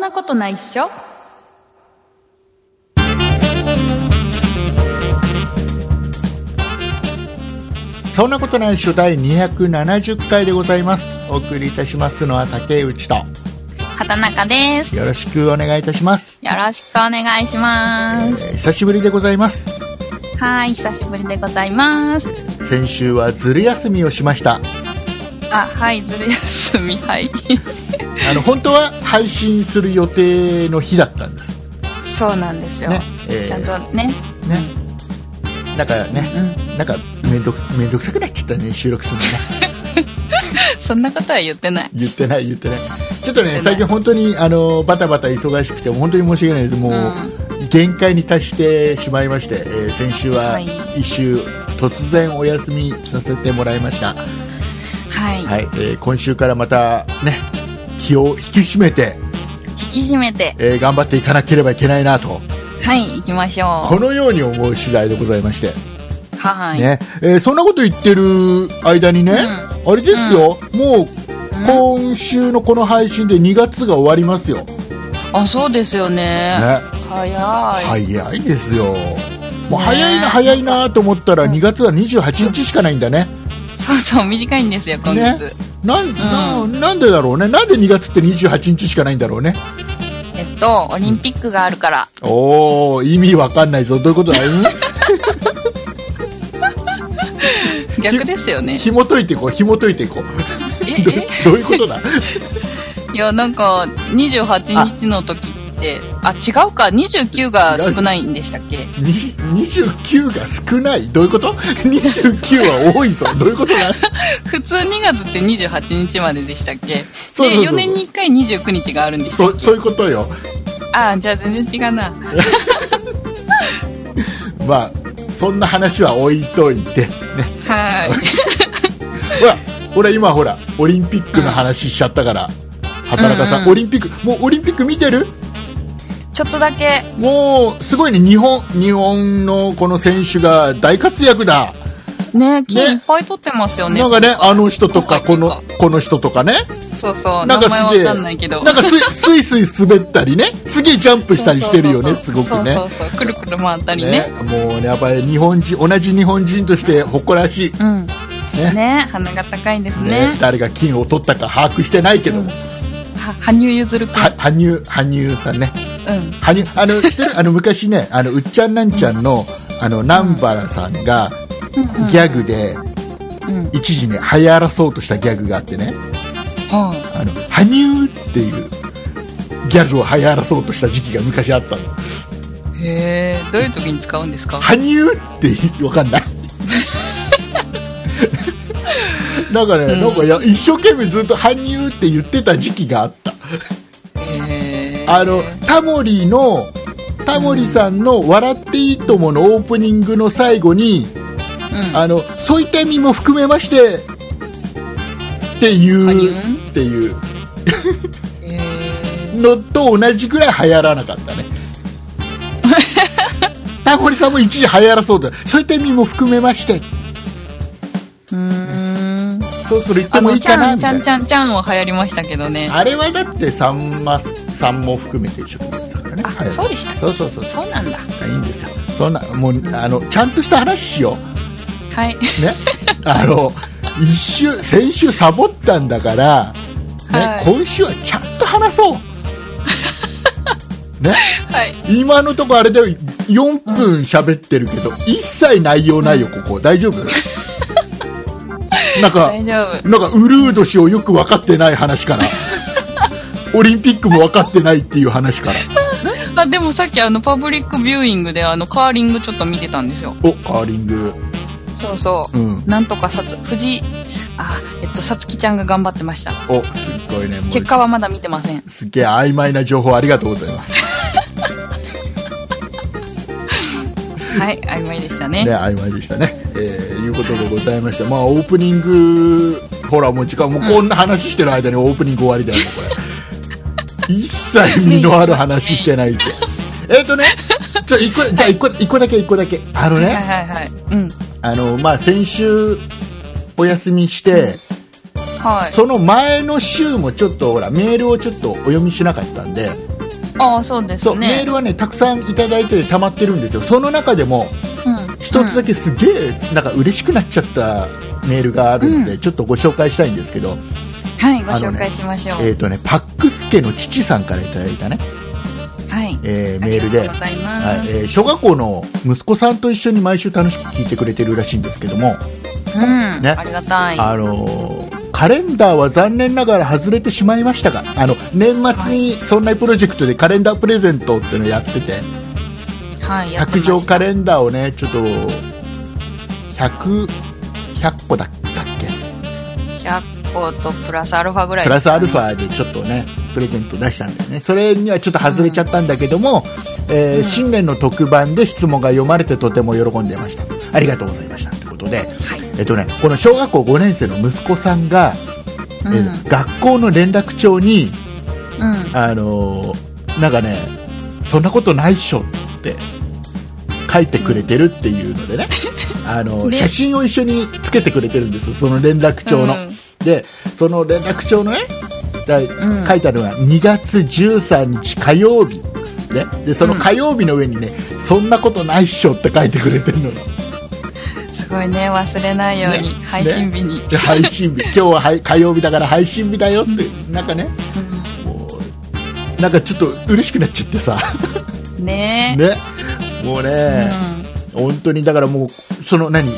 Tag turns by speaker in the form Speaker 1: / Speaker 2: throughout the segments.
Speaker 1: なことないっしょ
Speaker 2: そんなことないっしょ第270回でございますお送りいたしますのは竹内と
Speaker 1: 畑中です
Speaker 2: よろしくお願いいたします、
Speaker 1: よろしくお願いします
Speaker 2: えー久しぶりでございます
Speaker 1: はい久しぶりでございます
Speaker 2: 先週はずる休みをしました
Speaker 1: あはいずる休みはい
Speaker 2: あの本当は配信する予定の日だったんです
Speaker 1: そうなんですよ、
Speaker 2: ねえー
Speaker 1: ちゃんとね
Speaker 2: ねだからね
Speaker 1: うん
Speaker 2: なんかめんどくめんどくさくなっちゃったね収録するのね
Speaker 1: そんなことは言ってない
Speaker 2: 言ってない言ってないちょ
Speaker 1: 言っ
Speaker 2: っと
Speaker 1: てな
Speaker 2: ね
Speaker 1: い
Speaker 2: 最近本当にあのバタバタ忙しくて本当に申し訳ないですもう、限界に達してしまいまして、えー先週は
Speaker 1: はい
Speaker 2: 一周突然お休みさせてもらいました、は
Speaker 1: はい、
Speaker 2: いえー今週からまたね気を引き締めて、
Speaker 1: 引き締めて
Speaker 2: えー頑張っていかなければいけないなと
Speaker 1: はい行きましょ
Speaker 2: このように思う次第でございまして、
Speaker 1: うはい、
Speaker 2: ねえーそんなこと言ってる間にね、あれですよ、もう
Speaker 1: うん
Speaker 2: 今週のこの配信で2月が終わりますよ、ね
Speaker 1: あそうですよね早い、
Speaker 2: 早いですよもう
Speaker 1: ね
Speaker 2: 早いな早いなと思ったら2月は28日しかないんだね
Speaker 1: そうそう短いんですよ今月、
Speaker 2: なん、な
Speaker 1: う
Speaker 2: なんでだろうねなんで2月って28日しかないんだろうね
Speaker 1: えっとオリンピックがあるから、
Speaker 2: おお意味わかんないぞどういうこ とだうん
Speaker 1: 逆ですよね
Speaker 2: 紐解いていこう紐解いていこう
Speaker 1: え
Speaker 2: ど
Speaker 1: え
Speaker 2: どういうことだ
Speaker 1: いやなんか28日の時ってあ違うか29が少ないんでしたっけ
Speaker 2: に29が少ないどういうこと29は多いぞどういうことだ
Speaker 1: 普通2月って28日まででしたっけ
Speaker 2: そうそうそう
Speaker 1: で4年に1回29日があるんでしたっ
Speaker 2: そそういうことよ
Speaker 1: けあじゃあ全然違うな
Speaker 2: まあそんな話は置いといて
Speaker 1: はーい
Speaker 2: ほら俺今ほらオリンピックの話しちゃったから、畑中さん、
Speaker 1: うんうん
Speaker 2: オリンピックもうオリンピック見てる
Speaker 1: ちょっとだけ
Speaker 2: もうすごいね日本日本のこの選手が大活躍だ、
Speaker 1: ね金
Speaker 2: ね
Speaker 1: いっぱい取ってますよね
Speaker 2: なんかねあの人とかこ
Speaker 1: 今
Speaker 2: の
Speaker 1: 回
Speaker 2: この人とかね
Speaker 1: そうそう名
Speaker 2: なんか
Speaker 1: 前
Speaker 2: すげえ
Speaker 1: わかんないけど
Speaker 2: なんか すいすいすい滑ったりねすげえジャンプしたりしてるよねす
Speaker 1: そう
Speaker 2: ご
Speaker 1: そう
Speaker 2: くね
Speaker 1: そうそうそうくるくる回ったりね
Speaker 2: ねもうねやっぱり日本人同じ日本人として誇らしい、
Speaker 1: うん
Speaker 2: ね
Speaker 1: ね鼻が高いです
Speaker 2: ね
Speaker 1: ね
Speaker 2: 誰が金を取ったか把握してないけども、
Speaker 1: は羽生結弦君
Speaker 2: は羽生羽生さんね
Speaker 1: うん
Speaker 2: 羽生あの知っ てるあの昔ねあのうっちゃんなんちゃんの、あの南原さんが
Speaker 1: うんうん
Speaker 2: ギャグで
Speaker 1: うん
Speaker 2: 一時ね流行らそうとしたギャグがあってね
Speaker 1: はい
Speaker 2: あの羽生っていうギャグを流行らそうとした時期が昔あったの
Speaker 1: へえどういう時に使うんですか
Speaker 2: 羽生って分か んないなんかね、
Speaker 1: うん
Speaker 2: なんかや一生懸命ずっと羽生って言ってた時期があった
Speaker 1: へえ
Speaker 2: あのタモリのタモリさんの「笑っていいとも!」のオープニングの最後に
Speaker 1: うん
Speaker 2: あのそういった意味も含めましてっていう
Speaker 1: 羽生
Speaker 2: っていう
Speaker 1: へえ
Speaker 2: のと同じぐらい流行らなかった ねタモリさんも一時流行らそうだそういった意味も含めまして
Speaker 1: うーん
Speaker 2: そうする言って
Speaker 1: あ
Speaker 2: もい
Speaker 1: の
Speaker 2: い
Speaker 1: ち
Speaker 2: か
Speaker 1: ゃ
Speaker 2: な
Speaker 1: ん
Speaker 2: み
Speaker 1: ちゃ
Speaker 2: たい
Speaker 1: んち
Speaker 2: な
Speaker 1: ゃんちゃんは流行りましたけどね
Speaker 2: あれはだってさんまさんも含めて一緒ですからね
Speaker 1: あ
Speaker 2: はい
Speaker 1: そうでした
Speaker 2: そうそうそうそ
Speaker 1: そうなんだ
Speaker 2: ういいんですよそんなもうあのちゃんとした話しよ
Speaker 1: はいう
Speaker 2: ねあの一週先週サボったんだから、ね
Speaker 1: はい
Speaker 2: 今週はちゃんと 話そうね
Speaker 1: はい
Speaker 2: 今のところあれだよ4分喋ってるけど、一切内容ないよここ大丈夫 なんか
Speaker 1: 大丈夫
Speaker 2: なんかウルード氏をよく分かってない 話からオリンピックも分かってないっていう話から
Speaker 1: あでもさっきあのパブリックビューイングであのカーリングちょっと見てたんですよ
Speaker 2: おカーリング
Speaker 1: そうそうう、
Speaker 2: ん
Speaker 1: なんとかさつ藤井あえっとさつきちゃんが頑張ってました
Speaker 2: おすっごいねもう
Speaker 1: 結果はまだ見てません
Speaker 2: すっげえ曖昧な情報ありがとうございます
Speaker 1: はい曖昧でしたね
Speaker 2: ね曖昧でしたねえー、いうことでございましてまあオープニングほらもう時間もうこんな話してる間にオープニング終わりだよもうこ れ一切身のある話してないですよえっ、とねじゃあ一個じゃあ一個一個だけ一個だけあの
Speaker 1: はい
Speaker 2: ね、
Speaker 1: はいはいうん
Speaker 2: あのまあ先週お休みして、
Speaker 1: はい
Speaker 2: その前の週もちょっとほらメールをちょっとお読みしなかったんで
Speaker 1: ああ、そうです
Speaker 2: そう、
Speaker 1: ね。
Speaker 2: メールはね、たくさんいただいて溜まってるんですよ。その中でも、
Speaker 1: うん、
Speaker 2: 一つだ
Speaker 1: け。
Speaker 2: けすげえ、なんか嬉しくなっちゃったメールがあるので、
Speaker 1: う
Speaker 2: ちょっとご紹介したいんですけど、
Speaker 1: はい、ご
Speaker 2: あの
Speaker 1: 紹
Speaker 2: ね
Speaker 1: 介しましょう。
Speaker 2: えっ、とね、パックスケの父さんからいただいたね、
Speaker 1: はい。
Speaker 2: えー
Speaker 1: あ
Speaker 2: メ
Speaker 1: り
Speaker 2: ール
Speaker 1: がとう
Speaker 2: で
Speaker 1: ご、ざいます。
Speaker 2: はいえー小学校の息子さんと一緒に毎週楽しく聞いてくれてるらしいんですけども、
Speaker 1: うん、
Speaker 2: ね
Speaker 1: ありがたい。
Speaker 2: あのーカレンダーは残念ながら外れてしまいましたがあの年末に「そんなプロジェクト」でカレンダープレゼントっていうのをやってて
Speaker 1: はい、やって
Speaker 2: 卓
Speaker 1: ました
Speaker 2: 上カレンダーをねちょっと 100, 100個だったっけ
Speaker 1: 100個とプラスアルファぐらい
Speaker 2: プ
Speaker 1: で
Speaker 2: ラ
Speaker 1: す
Speaker 2: ス
Speaker 1: か
Speaker 2: ア
Speaker 1: ね、
Speaker 2: ルファでちょっとねプレゼント出したんだよねそれにはちょっと外れちゃったんだけども、えー
Speaker 1: うん
Speaker 2: 新年の特番で質問が読まれてとても喜んでましたありがとうございましたということで、えっとね、この小学校5年生の息子さんが、えー学校の連絡帳に
Speaker 1: うん、うん。
Speaker 2: あのーなんかね、そんなことないっしょって書いてくれてるっていうのでね、あのー
Speaker 1: ね
Speaker 2: 写真を一緒につけてくれてるんです、その連絡帳の。
Speaker 1: うん
Speaker 2: で、その連絡帳のね、だ
Speaker 1: うん
Speaker 2: 書いてあるのが2月13日火曜日。ね、でその火曜日の上にね、そんなことないっしょって書いてくれてるのよ
Speaker 1: すごいね、忘れないように、
Speaker 2: ね
Speaker 1: 配信日に。
Speaker 2: で配 信日今日ははい火曜日だから配信日だよって、なんかねもうなんかちょっと嬉しくなっちゃってさ
Speaker 1: うん、ね
Speaker 2: ね、もう
Speaker 1: え、
Speaker 2: ね、本当にだからもう、その何、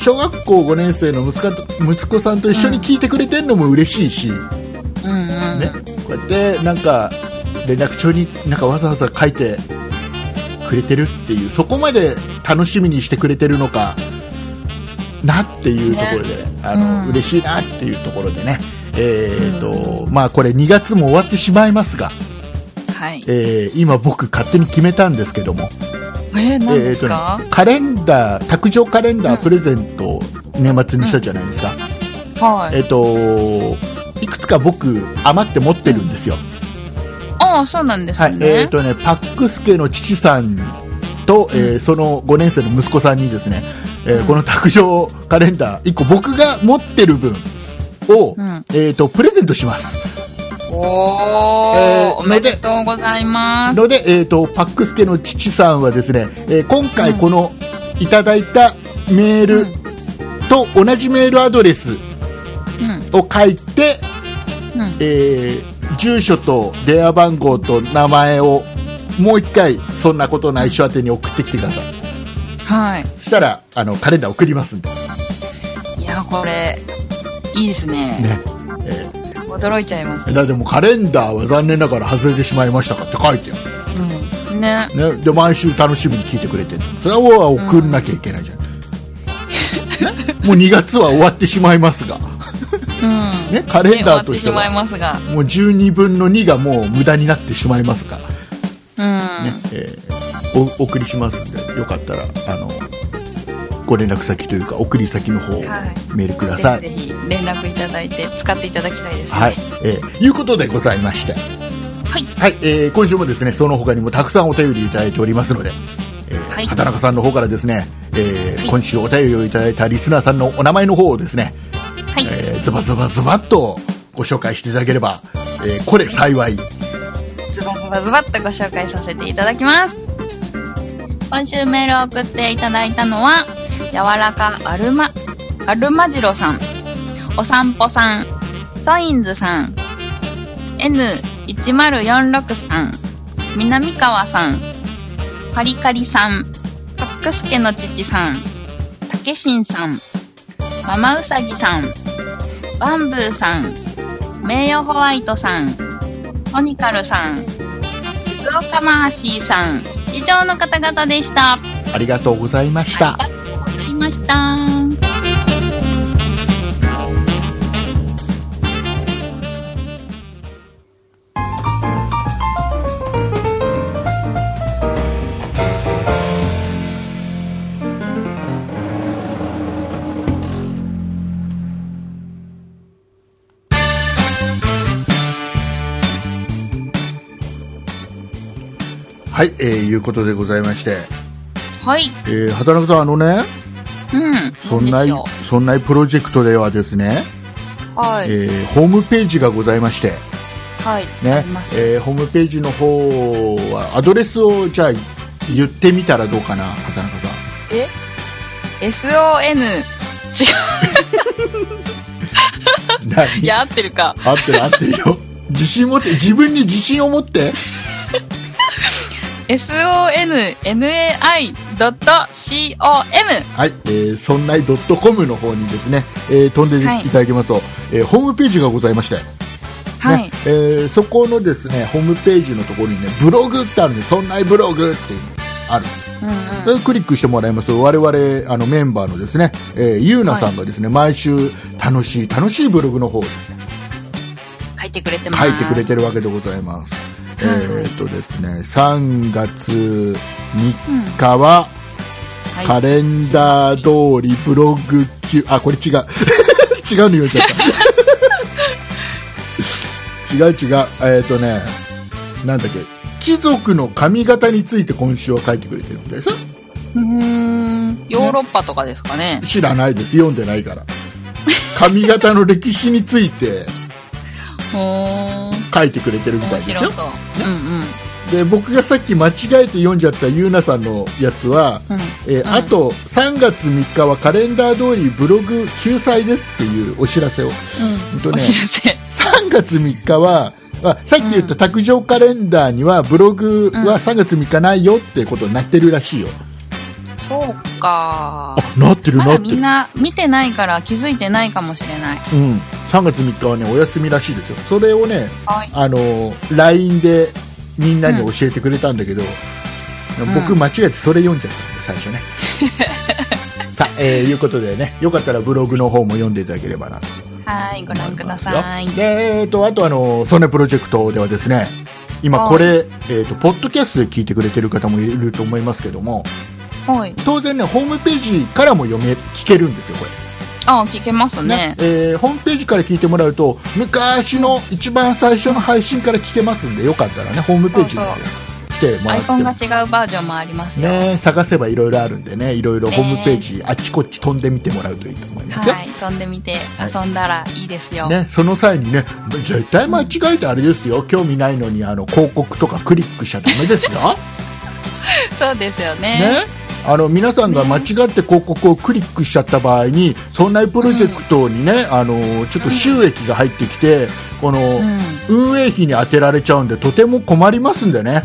Speaker 2: 小学校5年生の息子と息子さんと一緒に聞いてくれてるのも嬉しいし、
Speaker 1: うん、うん、うん。
Speaker 2: ね、こうやってなんか、連絡帳になんかわざわざ書いてくれてるっていう、そこまで楽しみにしてくれてるのかなっていうところで、あの
Speaker 1: うん
Speaker 2: 嬉しいなっていうところでね。えーと
Speaker 1: う
Speaker 2: まあ、これ2月も終わってしまいますが、
Speaker 1: はい。
Speaker 2: えー今僕勝手に決めたんですけども、
Speaker 1: えー、何
Speaker 2: え
Speaker 1: で
Speaker 2: ー
Speaker 1: す
Speaker 2: と
Speaker 1: か、
Speaker 2: ね、カレンダー卓上カレンダ
Speaker 1: う
Speaker 2: ー
Speaker 1: ん
Speaker 2: プレゼントを年末にしたじゃないですか、
Speaker 1: はい。
Speaker 2: えっ、といくつか僕余って持ってるんですよ、
Speaker 1: ああ、そうなんです
Speaker 2: はい
Speaker 1: ね。
Speaker 2: えっ、とねパックスケの父さんと、えーその5年生の息子さんにですね、えー
Speaker 1: うん
Speaker 2: この卓上カレンダー1個僕が持ってる分を、
Speaker 1: うん
Speaker 2: えっ、とプレゼントします
Speaker 1: おー、
Speaker 2: え
Speaker 1: お
Speaker 2: ー
Speaker 1: めでとうございます。
Speaker 2: ので、えー、とパックスケの父さんはですね、えー今回このいただいた
Speaker 1: うん、
Speaker 2: メー
Speaker 1: う
Speaker 2: ルと同じメールアドレス
Speaker 1: ん、
Speaker 2: を書いて、
Speaker 1: うん。
Speaker 2: えー住所と電話番号と名前をもう一回そんなことない人宛てに送ってきてください
Speaker 1: はい。
Speaker 2: そしたらあのカレンダー送りますんで
Speaker 1: いや、これ、いいですね。
Speaker 2: ね、え
Speaker 1: 驚いちゃいます。
Speaker 2: ーだでもカレンダーは残念ながら外れてしまいましたかって書いてあ
Speaker 1: うん。ね。
Speaker 2: る、ね、で毎週楽しみに聞いてくれてるそれは送んなきゃい けないじゃん、ねもう2月は終わってしまいますが、
Speaker 1: うん。
Speaker 2: ね、カレンダーとして
Speaker 1: ね終わってしまい
Speaker 2: は
Speaker 1: ますが。
Speaker 2: もう12分の2がもう無駄になってしまいますから
Speaker 1: うん。
Speaker 2: ねえーおお送りしますんでよかったらあのご連絡先というか送り先の方を
Speaker 1: はい
Speaker 2: メールください。
Speaker 1: ぜひぜひ連絡いただいて使っていただきたいですね。
Speaker 2: はい、えーいうことでございまして、
Speaker 1: はい。
Speaker 2: はいえー今週もですねその他にもたくさんお便りいただいておりますので、えー
Speaker 1: はい
Speaker 2: 畑中さんの方からですね、えー
Speaker 1: はい
Speaker 2: 今週お便りをいただいたリスナーさんのお名前の方をですね、
Speaker 1: はい。
Speaker 2: えーズバズバズバっとご紹介していただければ、えーこれ幸い
Speaker 1: ズバズバズバっとご紹介させていただきます。今週メールを送っていただいたのは、柔らかアルマ、アルマジロさん、お散歩さん、ソインズさん、N1046 さん、南川さん、パリカリさん、パックスケの父さん、たけしんさん、ママウサギさん、バンブーさん、名誉ホワイトさん、トニカルさん、静岡マーシーさん、以上の方々でした。あ
Speaker 2: ありがとうございまし
Speaker 1: り
Speaker 2: た
Speaker 1: が。とうございました。
Speaker 2: はい、えーいうことでございまして、
Speaker 1: はい。
Speaker 2: えー畑中さんあのね
Speaker 1: うん。
Speaker 2: そんな
Speaker 1: で
Speaker 2: い
Speaker 1: しょ
Speaker 2: そんなプロジェクトではですね、
Speaker 1: うはい。
Speaker 2: えーホームページがございまして、
Speaker 1: ははい。あ
Speaker 2: ね
Speaker 1: ります
Speaker 2: えーホームページの方はアドレスをじゃあ言ってみたらどうかな畑中さん
Speaker 1: え ?SON。違 う。い
Speaker 2: 何
Speaker 1: や、合ってるか。
Speaker 2: 合ってる合ってるよ自信持って自分に自信を持って
Speaker 1: sonnai.com。
Speaker 2: はい、えー、そんない .com の方にですね、えー飛んでいただきますと、えーホームページがございまして、ね
Speaker 1: はい。
Speaker 2: えーそこのですねホームページのところにねブログってあるんでそんないブログっていうのがあるんです
Speaker 1: うん
Speaker 2: それをクリックしてもらいますと我々あのメンバーのですね、えー、ゆうなさんがですね、毎週楽しい楽しいブログの方をですね
Speaker 1: うん。書いてくれてます。
Speaker 2: 書いてくれてるわけでございます、
Speaker 1: はい
Speaker 2: えーっとですね3月
Speaker 1: うん。
Speaker 2: 3日は
Speaker 1: はい
Speaker 2: カレンダー通りブログ級あこれ違う 違うの言っちゃった 違う違うえーっとねなんだっけ貴族の髪型について今週は書いてくれてるんです
Speaker 1: うーん。ヨーロッパとかですかね。
Speaker 2: 知らないです読んでないから髪型の歴史について
Speaker 1: ほーん。
Speaker 2: 書いてくれてるみた
Speaker 1: 面
Speaker 2: いです
Speaker 1: 白
Speaker 2: よ
Speaker 1: そう。うんうん。
Speaker 2: で僕がさっき間違えて読んじゃったゆうなさんのやつは、
Speaker 1: うん。
Speaker 2: えー
Speaker 1: ん
Speaker 2: あと3月3日はカレンダー通りブログ救済ですっていうお知らせを、ほんと
Speaker 1: お
Speaker 2: ね、
Speaker 1: 知らせ。
Speaker 2: 3月3日はあさっき言った卓上カレンダーにはブログは3月3日ないよってことになってるらしいよ、
Speaker 1: そうか。
Speaker 2: あなってる
Speaker 1: ま
Speaker 2: な
Speaker 1: だ
Speaker 2: って
Speaker 1: み
Speaker 2: る、
Speaker 1: んな見てないから気づいてないかもしれない。
Speaker 2: うん、3月3日はねお休みらしいですよそれをね
Speaker 1: はい。
Speaker 2: あの LINE でみんなに教えてくれたんだけど、
Speaker 1: ん
Speaker 2: 僕間違えてそれ読んじゃった んで最初ねさあ、えーいうことでねよかったらブログの方も読んでいただければなと
Speaker 1: はい、ご
Speaker 2: 思
Speaker 1: 覧
Speaker 2: い
Speaker 1: く
Speaker 2: ま
Speaker 1: だ
Speaker 2: すよ
Speaker 1: さい。
Speaker 2: で、えー、とあとあのソネプロジェクトではですね今これ、えー、とポッドキャストで聞いてくれてる方もいると思いますけども
Speaker 1: はい。
Speaker 2: 当然ねホームページからも読め聞けるんですよこれ
Speaker 1: あ、聞けますね。
Speaker 2: えーホームページから聞いてもらうと昔の一番最初の配信から聞けますんでよかったらねホームページに来ても
Speaker 1: アイ
Speaker 2: らって
Speaker 1: コ
Speaker 2: も
Speaker 1: ンが違うバージョンもありますよ。
Speaker 2: ね、探せばいろいろあるんでねいろいろホームページ、あっちこっち飛んでみてもらうといいと思いますよ、
Speaker 1: はい、飛んでみて
Speaker 2: はい
Speaker 1: 遊んだらいいですよ。
Speaker 2: ね、その際にね絶対間違えてあれですよ興味ないのにあの広告とかクリックしちゃダメですよ、
Speaker 1: そうですよ ね。
Speaker 2: ね、あの皆さんが間違って広告をクリックしちゃった場合にそんなプロジェクトにね、あのちょっと収益が入ってきて、この、
Speaker 1: うん。
Speaker 2: 運営費に充てられちゃうんでとても困りますんでね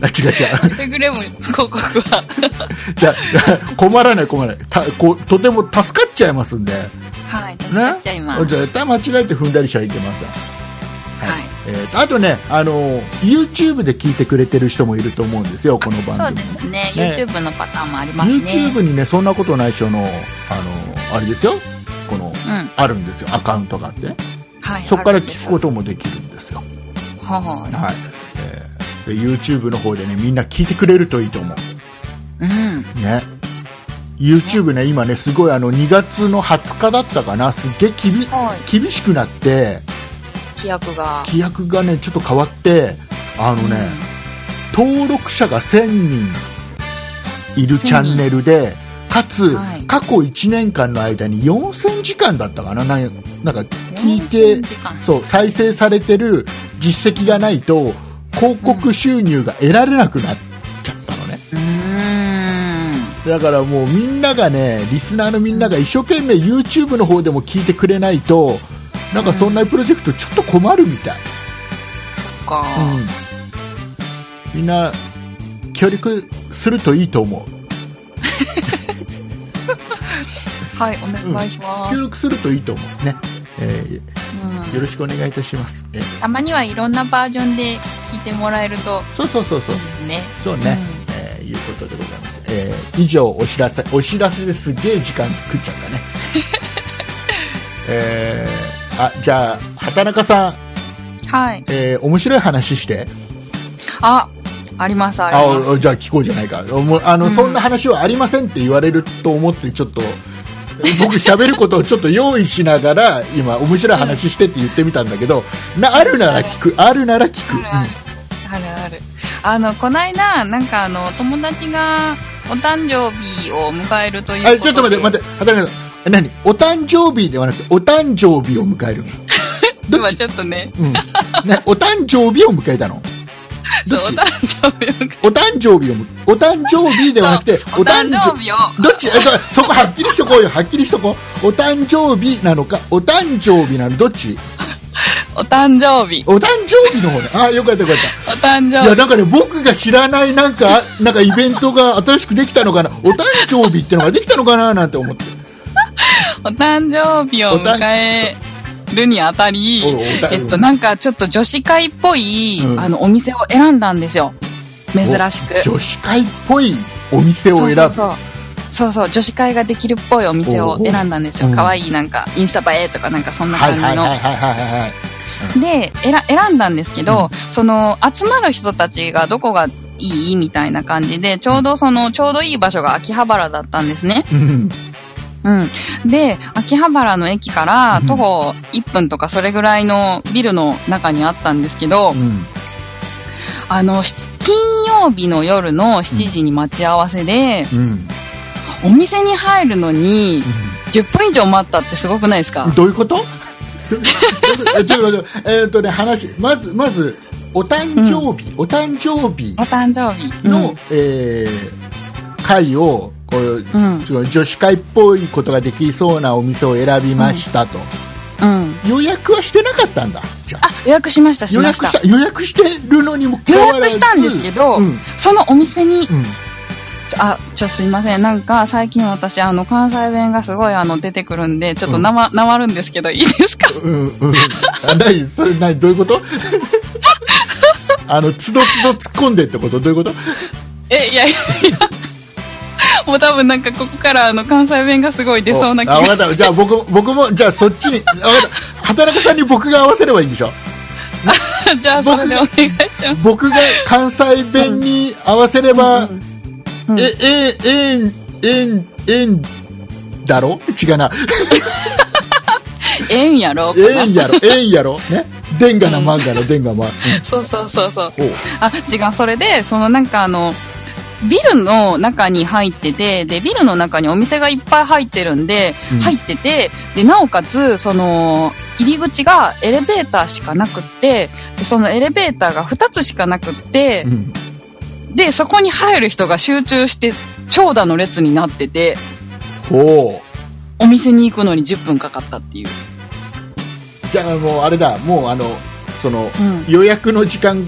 Speaker 2: あ違う違う
Speaker 1: くれぐれも広告は。
Speaker 2: じゃ困らない困らないたこうとても助かっちゃいますんで
Speaker 1: はい、助か
Speaker 2: ね
Speaker 1: っちゃいます。
Speaker 2: 絶対間違えて踏んだりしちゃいけません、
Speaker 1: はい。
Speaker 2: えーとあとねあの YouTube で聞いてくれてる人もいると思うんですよこの
Speaker 1: そ
Speaker 2: 番
Speaker 1: うで
Speaker 2: 組
Speaker 1: すね
Speaker 2: ね
Speaker 1: YouTube のパターンもありますね。
Speaker 2: YouTube にねそんなことない人のあのあれですよこの
Speaker 1: うん。
Speaker 2: あるんですよアカウントがあってね
Speaker 1: はい。。
Speaker 2: そこから聞くことともできるんですよ
Speaker 1: は
Speaker 2: はい、えーで YouTube の方でねみんな聞いてくれるといいと思う
Speaker 1: い。うん。
Speaker 2: ね YouTube ね今ねすごいあの2月の20日だったかなすっげえ厳
Speaker 1: は
Speaker 2: 厳しくなって
Speaker 1: い。規約が。
Speaker 2: 規約がねちょっと変わってあのね、登録者が1000人いるチャンネルでかつ、
Speaker 1: はい
Speaker 2: 過去1年間の間に4000時間だったかななんなんか
Speaker 1: うん
Speaker 2: 聞いて
Speaker 1: 時間
Speaker 2: そう再生されてる実績がないと広告収入が得られなくなっちゃったのね、
Speaker 1: うーん。
Speaker 2: だからもうみんながねリスナーのみんなが一生懸命 YouTube の方でも聞いてくれないとなんかそんなプロジェクトちょっと困るみたい、
Speaker 1: そっか。
Speaker 2: うん、みんな協力するといいと思う
Speaker 1: はい、お願いします
Speaker 2: 協。力するといいと思うね、え
Speaker 1: うん
Speaker 2: ーよろしくお願いいたします、えー
Speaker 1: たまにはいろんなバージョンで聞いてもらえると
Speaker 2: そうそうそうそ
Speaker 1: いういですね。
Speaker 2: そうね、えーいうことでございます、えー以上お知らせお知らせですげえ時間食っちゃ ったねえーあじゃあ畑中さん、
Speaker 1: はい。
Speaker 2: えー面白い話して
Speaker 1: あ、ありますあ
Speaker 2: あ
Speaker 1: ります。
Speaker 2: おじゃあ聞こうじゃないかおもあの、
Speaker 1: うん
Speaker 2: そんな話はありませんって言われると思ってちょっと 僕喋ることをちょっと用意しながら今面白い話してって言ってみたんだけどなあるなら聞くあるなら聞く、
Speaker 1: あるあるある。あの、こないだ、なんかあの、友達がお誕生日を迎えるという
Speaker 2: あ
Speaker 1: ことで。
Speaker 2: ち ょっと待って待って畑中さん何お誕生日ではなくてお誕生日を迎えるのどっ
Speaker 1: 今
Speaker 2: ち
Speaker 1: ちょっとね、
Speaker 2: うん。ね、お誕生日を迎えたの。ど
Speaker 1: そう
Speaker 2: っ
Speaker 1: お
Speaker 2: ち
Speaker 1: 誕生日を
Speaker 2: お誕生日をむ、お誕生日ではなくて、
Speaker 1: そうお誕生日を
Speaker 2: どっちえそそこはっきりしとこうよ、はっきりしとこう。お誕生日なのか、お誕生日なの、どっち
Speaker 1: お誕生日
Speaker 2: お誕生日の方ね。あ、よかったよかっ
Speaker 1: お誕
Speaker 2: た。い
Speaker 1: 生日
Speaker 2: や、なんかね、僕が知らないなんか、なんかイベントが新しくできたのかな、お誕生日ってのができたのかな、なんて思って。
Speaker 1: お誕生日を迎えるにあたり
Speaker 2: おお誕生日
Speaker 1: えっとなんかちょっと女子会っぽい、
Speaker 2: うん
Speaker 1: あのお店を選んだんですよ珍しく
Speaker 2: 女子会っぽいお店を選ぶ。
Speaker 1: そうそうそうそうそう女子会ができるっぽいお店を選んだんですよ
Speaker 2: おー
Speaker 1: 可愛いなんかインスタ映えとかなんかそんな
Speaker 2: はい
Speaker 1: 感じの、
Speaker 2: はいはいはいはいはい。
Speaker 1: でえら選んだんですけど、その集まる人たちがどこがいいみたいな感じでちょうどそのちょうどいい場所が秋葉原だったんですね、
Speaker 2: うん。
Speaker 1: うん、で秋葉原の駅から
Speaker 2: うん
Speaker 1: 徒歩1分とかそれぐらいのビルの中にあったんですけど、
Speaker 2: うん。
Speaker 1: あのし金曜日の夜の7時に待ち合わせで、
Speaker 2: うん。
Speaker 1: お店に入るのに10分以上待ったってすごくないですか、
Speaker 2: どういうことえちょっと待ってえーっとね、話、まず、まず、お誕生日、お誕生日
Speaker 1: お誕生日
Speaker 2: の、えー会を、こう、
Speaker 1: うんうん
Speaker 2: その女子会っぽいことができそうなお店を選びましたと。
Speaker 1: うん
Speaker 2: 予約はしてなかったんだ。じゃあ
Speaker 1: あ予約しましたし
Speaker 2: 予
Speaker 1: ました
Speaker 2: 約した、予約してるのにもかか
Speaker 1: 予
Speaker 2: わら
Speaker 1: 約
Speaker 2: ず
Speaker 1: したんですけど、
Speaker 2: うん。うん
Speaker 1: そのお店に、ちょあ、ちょ、すいません。なんか、最近私、あの、関西弁がすごい、あの、出てくるんで、ちょっとなま、なまるんですけど、いいですか
Speaker 2: うんうん、あ何それ何どういうこと あのつどつど突っ込んでってことどういうこと
Speaker 1: え、いやいやいや。もう多分なんか、ここから、あの、関西弁がすごい出そうな気
Speaker 2: あ分か
Speaker 1: が。
Speaker 2: ったじゃあ僕も僕もじゃあそっちに分かった畑中さんに僕が合わせればいいんでしょ
Speaker 1: じゃあ、それでお願いします。
Speaker 2: 僕が関西弁に合わせれ
Speaker 1: う
Speaker 2: ば、
Speaker 1: んうん
Speaker 2: えええんえんえんだろ違うな
Speaker 1: ええんやろか
Speaker 2: え
Speaker 1: な。
Speaker 2: んやろえんやろねでんがなまんがのでんがま、うん、
Speaker 1: そうそうそうそう。
Speaker 2: おう
Speaker 1: あ、違う、それで、そのなんかあの、ビルの中に入ってて、で、ビルの中にお店がいっぱい入ってるんで、
Speaker 2: うん
Speaker 1: 入ってて、で、なおかつ、その、入り口がエレベーターしかなくって、でそのエレベーターが2つしかなくって
Speaker 2: う、ん、
Speaker 1: で、そこに入る人が集中して、長蛇の列になってて、
Speaker 2: ほう
Speaker 1: お店に行くのに10分かかったっていう。
Speaker 2: じゃあもうあれだもうあのその
Speaker 1: うん。
Speaker 2: 予約の時間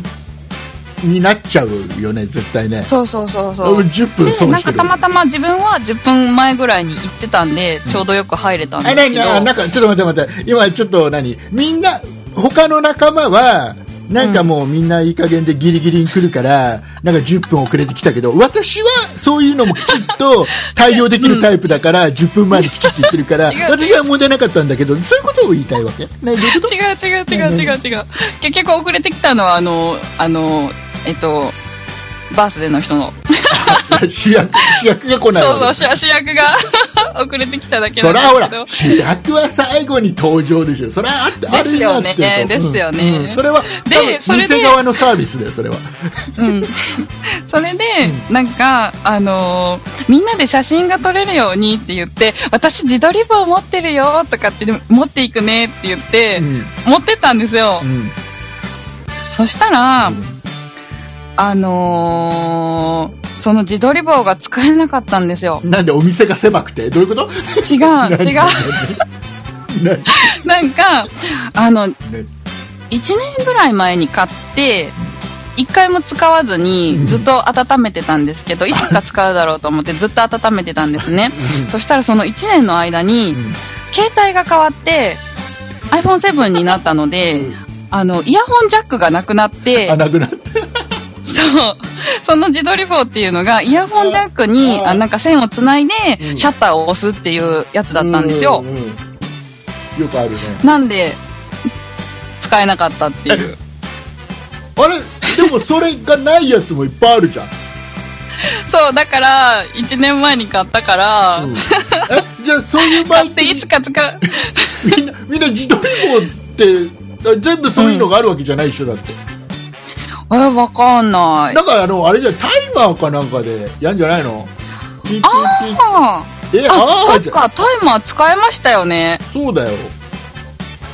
Speaker 2: になっちゃうよね絶対ね
Speaker 1: そうそうそうそう。
Speaker 2: 10分
Speaker 1: で、
Speaker 2: 損
Speaker 1: なん
Speaker 2: し
Speaker 1: か
Speaker 2: てる
Speaker 1: たまたま自分は10分前ぐらいに行ってたんで、ちょうどよく入れたんで
Speaker 2: あ
Speaker 1: す
Speaker 2: な
Speaker 1: け
Speaker 2: に
Speaker 1: ど。
Speaker 2: あなんかちょっと待って待って今ちょっと何みんな他の仲間はなんかもうみんないい加減でギリギリに来るから、なんか10分遅れてきたけど私はそういうのもきちっ と対応できるタイプだから、10分前にきちっと言ってるか ら
Speaker 1: 違う
Speaker 2: 私は問題なかったんだけどそういうことを言いたいわけねどうい うこと
Speaker 1: 違う違う違う違う違う結局遅れてきたのはあのあのえっとバースデーの人の
Speaker 2: 主役主役が来ない
Speaker 1: そう
Speaker 2: わ
Speaker 1: そ
Speaker 2: け
Speaker 1: う主主役が 遅れてきただけな
Speaker 2: そ
Speaker 1: んで
Speaker 2: らほら
Speaker 1: す
Speaker 2: 主役は最後に登場でしょそれはあってあるなってる
Speaker 1: で
Speaker 2: と
Speaker 1: すよね
Speaker 2: うん
Speaker 1: ですよね
Speaker 2: うんそれは
Speaker 1: で
Speaker 2: 多分
Speaker 1: それで
Speaker 2: 店側のサービスだよそれは
Speaker 1: けど、うん、 それでなんかあのみんなで写真が撮れるようにって言って私自撮り棒持ってるよとかって持っていくねって言って、
Speaker 2: うん
Speaker 1: 持ってったんですよ、
Speaker 2: うん
Speaker 1: そしたら、あのーその自撮り棒が使えなかったんです よ
Speaker 2: なんでお店が狭くてどういうこと
Speaker 1: 違う
Speaker 2: なんで
Speaker 1: 違う
Speaker 2: なんで
Speaker 1: なんか、あの、1
Speaker 2: ね
Speaker 1: 年ぐらい前に買って、一回も使わずにずっと温めてたんですけ ど、いつか使うだろうと思ってずっと温めてたんですね。そしたらその1年の間に
Speaker 2: う、ん
Speaker 1: 携帯が変わって、iPhone7 になったので、あの、イヤホンジャックがなくなって
Speaker 2: あ、なくなって
Speaker 1: そう、 その自撮り棒っていうのが、イヤホンジャックに、
Speaker 2: あ
Speaker 1: あなんか線をつないで
Speaker 2: う、ん
Speaker 1: シャッターを押すっていうやつだったんですよ
Speaker 2: う。んうんよくあるね
Speaker 1: なんで、使えなかったって いう。
Speaker 2: あれでもそれがないやつもいっぱいあるじゃん、
Speaker 1: そう、だから、1年前に買ったから、
Speaker 2: うんえじゃあそういう場合
Speaker 1: 買
Speaker 2: っ
Speaker 1: ってていつか使う。
Speaker 2: みんなみんな自撮り棒って全部そういうのがあるわけじゃないでしょだって
Speaker 1: え、わかんない。
Speaker 2: なんかあのあれじゃんタイマーかなんかでやんじゃないのピッピッピ
Speaker 1: あ
Speaker 2: ッえ
Speaker 1: あ、
Speaker 2: あ
Speaker 1: そ
Speaker 2: あ
Speaker 1: っ
Speaker 2: じゃ
Speaker 1: か、タイマー使えましたよね。
Speaker 2: そうだよ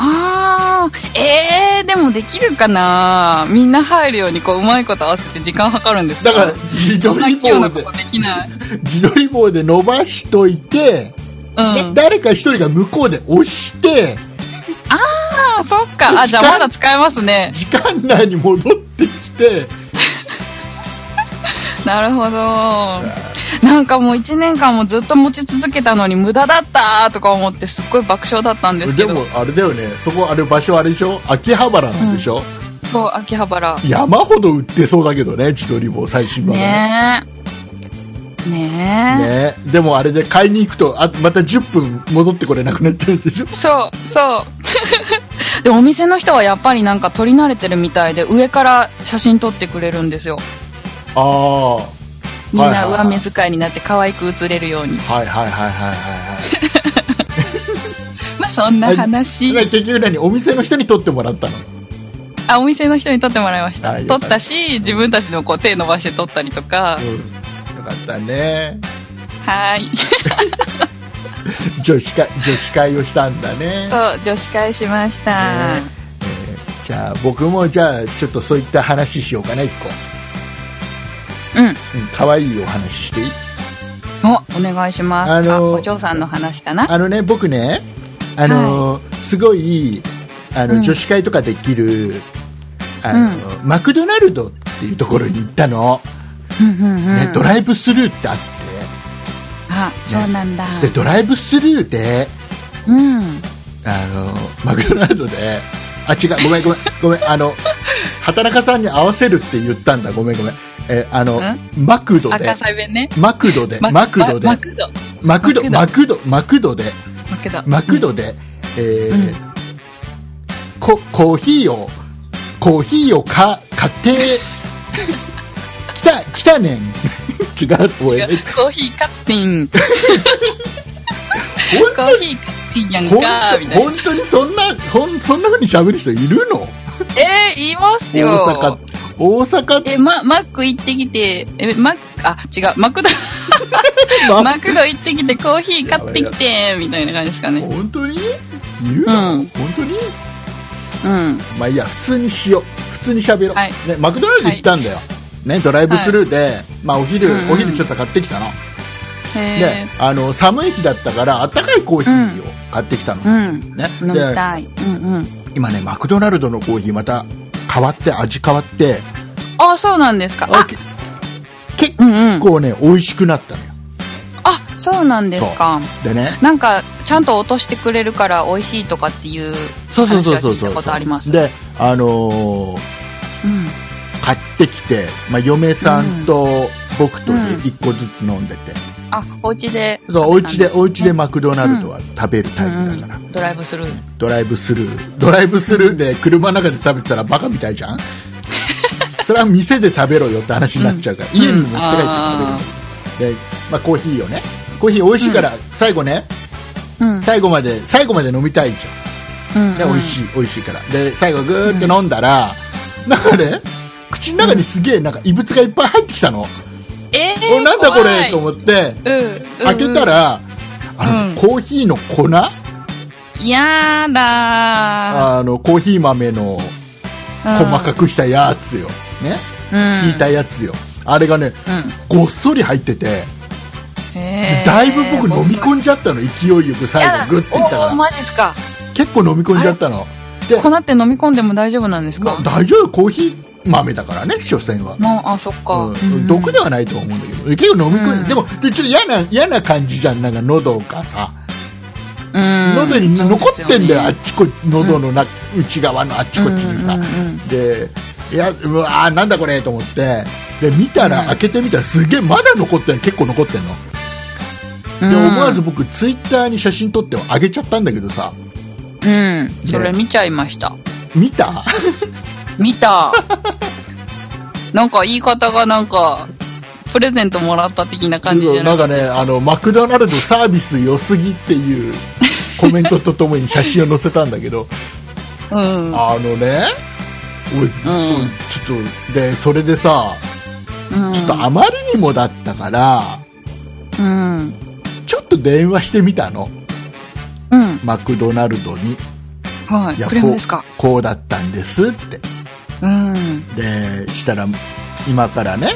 Speaker 1: ああーえー、でもできるかなみんな入るようにこううまいこと合わせて時間計るんです
Speaker 2: だから自
Speaker 1: そ
Speaker 2: 撮
Speaker 1: んな
Speaker 2: り
Speaker 1: 器用
Speaker 2: 棒
Speaker 1: な
Speaker 2: で
Speaker 1: ことできない、
Speaker 2: 自撮り棒で伸ばしといて、
Speaker 1: うん、
Speaker 2: 誰か一人が向こうで押して
Speaker 1: あそっかあじゃあまだ使えますね
Speaker 2: 時間内に戻ってきて
Speaker 1: なるほどなんかもう1年間もずっと持ち続けたのに無駄だったとか思ってすっごい爆笑だったんですけ
Speaker 2: で
Speaker 1: ど
Speaker 2: もあれだよねそこあれ場所あれでしょ秋葉原なんでしょ、
Speaker 1: そう秋葉原
Speaker 2: 山ほど売ってそうだけどね自撮り棒最新版は
Speaker 1: ねえねえ
Speaker 2: ねでもあれで買いに行くとあまた10分戻ってこれなくなっちゃうでしょ
Speaker 1: そうそう でお店の人はやっぱりなんか撮り慣れてるみたいで上から写真撮ってくれるんですよ
Speaker 2: ああ
Speaker 1: みんな上
Speaker 2: はいはいはい
Speaker 1: 目遣いになって可愛く写れるように
Speaker 2: はいはいはいはいはい
Speaker 1: まあそんな話
Speaker 2: はい結局何お店の人に撮ってもらったの
Speaker 1: あお店の人に撮ってもらいました
Speaker 2: はいよ
Speaker 1: 撮
Speaker 2: かっ
Speaker 1: ったたし自分たちのこう手伸ばして撮ったりとか
Speaker 2: うんよかったね
Speaker 1: はーい
Speaker 2: 女子会女子会をしたんだね
Speaker 1: そう女子会しました、
Speaker 2: ねえーじゃあ僕もじゃあちょっとそういった話しようかな一個
Speaker 1: うん
Speaker 2: うん可愛いお話していい
Speaker 1: おお願いします
Speaker 2: あ
Speaker 1: あ,、
Speaker 2: のー
Speaker 1: お嬢さんの話かな
Speaker 2: あのね僕ねあの、すごいあ
Speaker 1: う
Speaker 2: の、
Speaker 1: ん
Speaker 2: 女子会とかできるあの、マクドナルドっていうところに行ったの、
Speaker 1: うんうんうん
Speaker 2: ね、ドライブスルーってあって
Speaker 1: あそうなんだ、
Speaker 2: でドライブスルーで
Speaker 1: うん
Speaker 2: あのマクドナルドであ違うごめんごめんごめんあの畑中さんに合わせるって言ったんだごめんごめんえーあの
Speaker 1: ん
Speaker 2: マクドで
Speaker 1: 赤サイ弁ね
Speaker 2: マクドで
Speaker 1: マ
Speaker 2: マクドで
Speaker 1: マクド
Speaker 2: マクドマ
Speaker 1: マ
Speaker 2: クドマクドで
Speaker 1: マクド
Speaker 2: マクドで、えー
Speaker 1: うん
Speaker 2: こコーヒーをコーヒーをか買って きた来たねん 違うもうえ
Speaker 1: コーヒーカッティン、コ
Speaker 2: ほ
Speaker 1: ーヒ
Speaker 2: ん
Speaker 1: ーカッティンやん
Speaker 2: ほん
Speaker 1: か、みたいな。
Speaker 2: 本当にそんなほんそんな風に喋る人いるの
Speaker 1: えー、言いますよ。
Speaker 2: 大阪大阪
Speaker 1: え、ま、マック行ってきて、え、マック、あ、違う、マクド、
Speaker 2: ま
Speaker 1: マクド行ってきて、コーヒー買ってきて、みたいな感じですかね。
Speaker 2: 本当にいるの、
Speaker 1: うん
Speaker 2: 本当に
Speaker 1: うん。
Speaker 2: まあいいや普通にしよう普通に喋ろう、
Speaker 1: はい
Speaker 2: ね、マクドナルド行ったんだよ、ね、ドライブスルーで、まあ、お昼、
Speaker 1: うんうん
Speaker 2: お昼ちょっと買ってきたので
Speaker 1: へ
Speaker 2: あの寒い日だったからあったかいコーヒーを買ってきたの
Speaker 1: ーう
Speaker 2: さ、
Speaker 1: ん。
Speaker 2: ね、
Speaker 1: 飲み
Speaker 2: で
Speaker 1: たい。うんうん。
Speaker 2: 今ねマクドナルドのコーヒーまた変わって味変わって
Speaker 1: あ、そうなんですか。あ、
Speaker 2: け結
Speaker 1: うんうん。
Speaker 2: 構ね、美味しくなったのよ
Speaker 1: あ、そうなんですか。
Speaker 2: でね
Speaker 1: なんか、ちゃんと落としてくれるから美味しいとかっていう
Speaker 2: そうそう
Speaker 1: 話
Speaker 2: そう
Speaker 1: は
Speaker 2: そう
Speaker 1: 聞い
Speaker 2: そ
Speaker 1: た
Speaker 2: う
Speaker 1: ことあります。
Speaker 2: であのー
Speaker 1: うん。
Speaker 2: 買ってきて、まあ、嫁さんと僕とで1個ずつ飲んでて、
Speaker 1: あ、お家で。
Speaker 2: そうお家でお家で
Speaker 1: ね
Speaker 2: マクドナルドは食べるタイプだから、
Speaker 1: ドライブスルー。
Speaker 2: ドライブスルードライブスルーで車の中で食べてたらバカみた いじゃんそれは店で食べろよって話になっちゃうから、家に持って帰って食べる、でまあ、コーヒーをねコーヒー美味しいから最後ね、
Speaker 1: うん。うん
Speaker 2: 最後まで最後まで飲みたいじ
Speaker 1: うん。
Speaker 2: ゃんで美味しい美味しいからで最後グーって飲んだら、なんかね口の中にすげえなんか異物がいっぱい入ってきたの、
Speaker 1: えー、
Speaker 2: おなんだこ
Speaker 1: 怖
Speaker 2: れ
Speaker 1: い
Speaker 2: と思って
Speaker 1: うん、
Speaker 2: 開けた
Speaker 1: ら、
Speaker 2: らあの、
Speaker 1: うん
Speaker 2: コーヒーの粉
Speaker 1: やだー
Speaker 2: あのコーヒー豆の細かくしたやつよ、ね
Speaker 1: く引
Speaker 2: 引いたやつよ、あれがねごっそり入ってて、だいぶ僕飲み込
Speaker 1: ん
Speaker 2: んじゃったの勢いよく最後グッていった
Speaker 1: お
Speaker 2: か
Speaker 1: ー
Speaker 2: ら
Speaker 1: マジっすか
Speaker 2: 結構飲み込んじゃったので
Speaker 1: 粉って飲み込んでも大丈夫なんですか
Speaker 2: まあ大丈夫コーヒー豆だからね所詮は、
Speaker 1: もうあそっか、
Speaker 2: うん、毒ではないと思うんだけど結構飲み込ん
Speaker 1: うん
Speaker 2: で、もでちょっと嫌な嫌な感じじゃんなんか喉がさ、
Speaker 1: うん
Speaker 2: 喉に
Speaker 1: そうですよね
Speaker 2: 残ってんだよあっちこ喉のな、内側のあっちこっちにさ、
Speaker 1: うんうんうん
Speaker 2: でいやうわーなんだこれと思ってで見たら、
Speaker 1: うん
Speaker 2: 開けてみたらすげえまだ残ってる結構残ってんの
Speaker 1: うん
Speaker 2: で思わず僕ツイッターに写真撮ってあげちゃったんだけどさ
Speaker 1: うんそれ見ちゃいました
Speaker 2: 見た
Speaker 1: 見 たなんか言い方がなんかプレゼントもらった的な感じじゃな
Speaker 2: なん
Speaker 1: い
Speaker 2: かねあのマクドナルドサービス良すぎっていうコメントとともに写真を載せたんだけど
Speaker 1: うん
Speaker 2: あのね俺、
Speaker 1: ん
Speaker 2: ちょっとでそれでさ
Speaker 1: うん
Speaker 2: ちょっとあまりにもだったから、
Speaker 1: うん
Speaker 2: ちょっと電話してみたの
Speaker 1: うん
Speaker 2: マクドナルドに
Speaker 1: はい
Speaker 2: いや
Speaker 1: クレームですか
Speaker 2: こうだったんですって
Speaker 1: うんうん
Speaker 2: でしたら今からね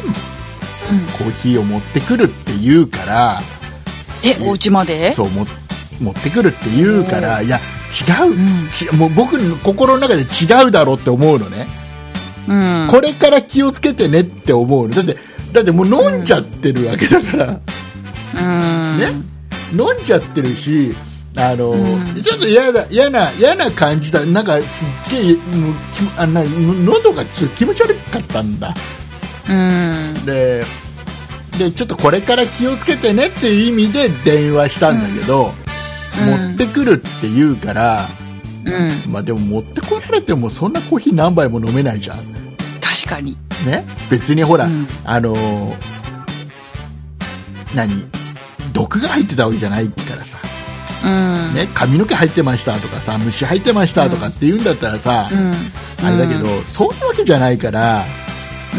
Speaker 2: コーヒーを持ってくるって言うから
Speaker 1: えお家まで
Speaker 2: そうも持ってくるって言うからいや違う、
Speaker 1: うん
Speaker 2: しもう僕の心の中で違うだろうって思うのね、
Speaker 1: うん
Speaker 2: これから気をつけてねって思うのだってだってもう飲んじゃってるわけだから、
Speaker 1: うん
Speaker 2: ね飲んじゃってるしあの、
Speaker 1: うん
Speaker 2: ちょっと嫌だ嫌な嫌な感じだなんかすっげえもうきあな喉がちょっと気持ち悪かったんだ
Speaker 1: うん
Speaker 2: ででちょっとこれから気をつけてねっていう意味で電話したんだけど、
Speaker 1: うん
Speaker 2: 持ってくるって言うから、
Speaker 1: うん
Speaker 2: まあ、でも持ってこられてもそんなコーヒー何杯も飲めないじゃん、
Speaker 1: 確かに
Speaker 2: ね、別にほら、
Speaker 1: うん
Speaker 2: あのー何毒が入ってたわけじゃないからさ、
Speaker 1: うん
Speaker 2: ね、髪の毛入ってましたとかさ虫入ってましたとかって言うんだったらさ、
Speaker 1: うん
Speaker 2: あれだけど、そういうわけじゃないから、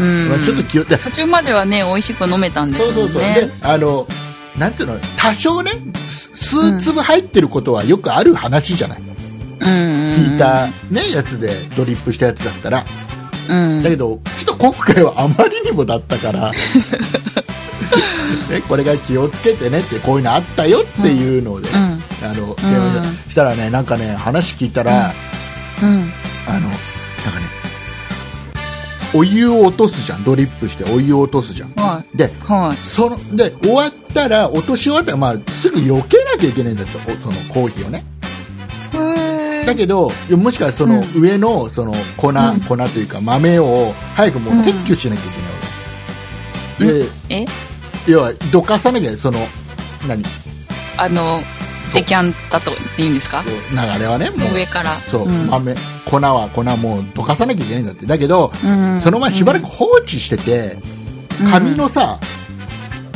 Speaker 1: うん
Speaker 2: まあ、ちょっと気をで
Speaker 1: 途中まではね美味しく飲めたんです
Speaker 2: そ
Speaker 1: よ
Speaker 2: う
Speaker 1: ね
Speaker 2: そうそう、であのなんていうの多少ねす数粒入ってることはよくある話じゃない、
Speaker 1: うんうん
Speaker 2: 引いた、ね、やつでドリップしたやつだったら
Speaker 1: うん
Speaker 2: だけどちょっと今回はあまりにもだったから ねこれが気をつけてねってこういうのあったよっていうので、
Speaker 1: うん
Speaker 2: あの電
Speaker 1: う
Speaker 2: 話
Speaker 1: ん
Speaker 2: したらねなんかね話聞いたら、
Speaker 1: うん
Speaker 2: あのなんかねお湯を落とすじゃんドリップしてお湯を落とすじゃん
Speaker 1: は
Speaker 2: で
Speaker 1: いはい
Speaker 2: そので終わったら落とし終わったら、まあ、すぐ避けなきゃいけないんだっておそのコーヒーをね
Speaker 1: へ
Speaker 2: だけどいやもしかしたらその上のその粉、
Speaker 1: ん
Speaker 2: 粉というか豆を早くもう
Speaker 1: うん
Speaker 2: 撤去しなきゃいけないわけ、で
Speaker 1: ええ
Speaker 2: 要はどかさなきゃその何そ
Speaker 1: あのデキャンタとっていいんですか
Speaker 2: う流れはねもう
Speaker 1: 上から
Speaker 2: そう、
Speaker 1: ん
Speaker 2: 豆粉は粉もうどかさなきゃいけないんだってだけど、
Speaker 1: うん
Speaker 2: その前しばらく放置してて、
Speaker 1: うん
Speaker 2: 紙のさ、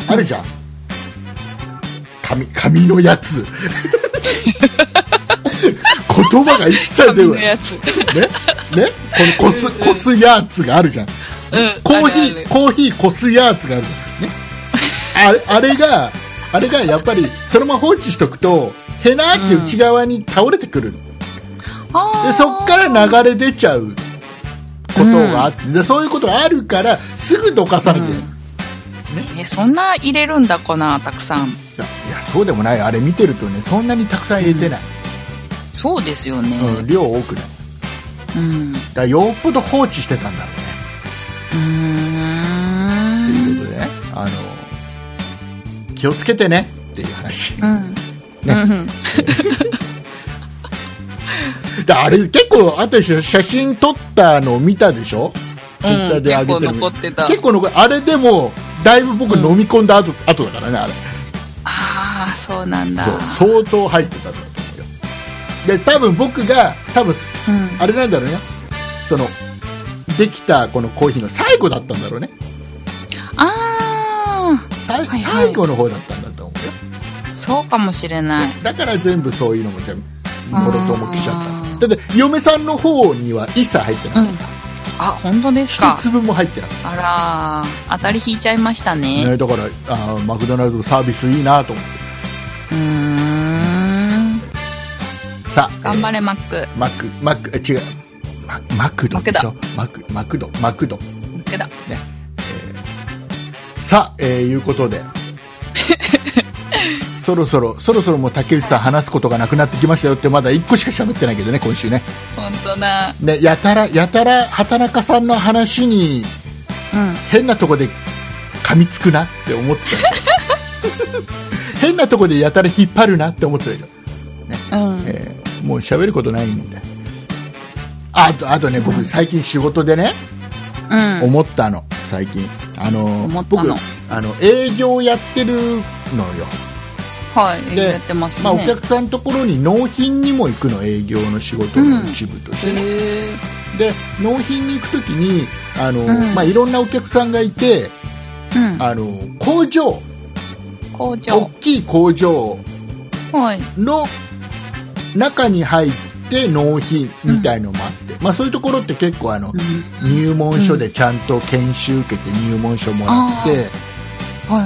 Speaker 2: あるじゃん紙紙のや つ言葉が一切出
Speaker 1: 紙
Speaker 2: な
Speaker 1: の
Speaker 2: い
Speaker 1: やつ
Speaker 2: ねねこのこすこすやつがあるじゃん
Speaker 1: うん
Speaker 2: コーヒ
Speaker 1: あるあ
Speaker 2: ー
Speaker 1: る
Speaker 2: コーヒーこすやつがあるじゃんねあれあれがあれがやっぱりそのまま放置しとくとへなーって内側に倒れてくる、
Speaker 1: あー
Speaker 2: でそっから流れ出ちゃうことがあって、でそういうことがあるからすぐどかさなきゃいけない、
Speaker 1: えそんな入れるんだ粉たくさん
Speaker 2: いやそうでもないあれ見てるとねそんなにたくさん入れてない、
Speaker 1: そうですよね
Speaker 2: うん量多くないだ
Speaker 1: うんう
Speaker 2: からよっぽど放置してたんだろうね
Speaker 1: ーん
Speaker 2: ということでねあの気をつけてねっていう話
Speaker 1: う んう
Speaker 2: ね
Speaker 1: ん
Speaker 2: であれ結構あたし写真撮ったの見たでしょ、Twitter で上げてる
Speaker 1: 結構残ってた
Speaker 2: 結構残っあれでもだいぶ僕
Speaker 1: うん
Speaker 2: 飲み込んだ後,、後だからねあれ
Speaker 1: ああそうなんだ
Speaker 2: そう相当入ってたと思うよで多分僕が多分
Speaker 1: うん
Speaker 2: あれなんだろうねそのできたこのコーヒーの最後だったんだろうね
Speaker 1: あ
Speaker 2: 最,、
Speaker 1: はい
Speaker 2: 最後の方だったんだと思うよ
Speaker 1: あそうかもしれない
Speaker 2: だから全部そういうのも全部もろとも来ちゃ
Speaker 1: あ
Speaker 2: っ
Speaker 1: ー
Speaker 2: ただって嫁さんの方には一切入って
Speaker 1: う
Speaker 2: ない
Speaker 1: んあ本当です
Speaker 2: 一
Speaker 1: か
Speaker 2: 粒も入ってない、
Speaker 1: あらー当たり引いちゃいましたね
Speaker 2: ね、だからあーマクドナルドのサービスいいなと思って
Speaker 1: うーん
Speaker 2: さあ
Speaker 1: 頑張
Speaker 2: れ、
Speaker 1: れマック
Speaker 2: えーマックマックえ違うママクドでしょマクマクドマクド
Speaker 1: マックだ
Speaker 2: さあ、えーいうこと でそろそろそろそろもう竹内さん話すことがなくなってきましたよってまだ1個しか喋ってないけどね今週ね
Speaker 1: 本当だ
Speaker 2: ねやたらやたら畑中さんの話に
Speaker 1: うん
Speaker 2: 変なとこで噛みつくなって思ってたでしょ 変なとこでやたら引っ張るなって思ってたでしょ、
Speaker 1: うん
Speaker 2: えーもう喋ることないんでああとあとね僕最近仕事でね
Speaker 1: うん
Speaker 2: 思ったの最近あの
Speaker 1: 思った
Speaker 2: 僕
Speaker 1: の
Speaker 2: あの営業やってるのよ
Speaker 1: はい
Speaker 2: で
Speaker 1: やってますね
Speaker 2: まあ、お客さんのところに納品にも行くの営業の仕事の一部としてね、
Speaker 1: へえ
Speaker 2: で納品に行く時にあの、
Speaker 1: ん
Speaker 2: まあ、いろんなお客さんがいて
Speaker 1: うん
Speaker 2: あの工場
Speaker 1: 工
Speaker 2: 大
Speaker 1: 場
Speaker 2: きい工場
Speaker 1: はい
Speaker 2: の中に入って納品みたいのもあって、まあ、そういうところって結構あの、入門書でちゃんと研修受けて入門書もらって、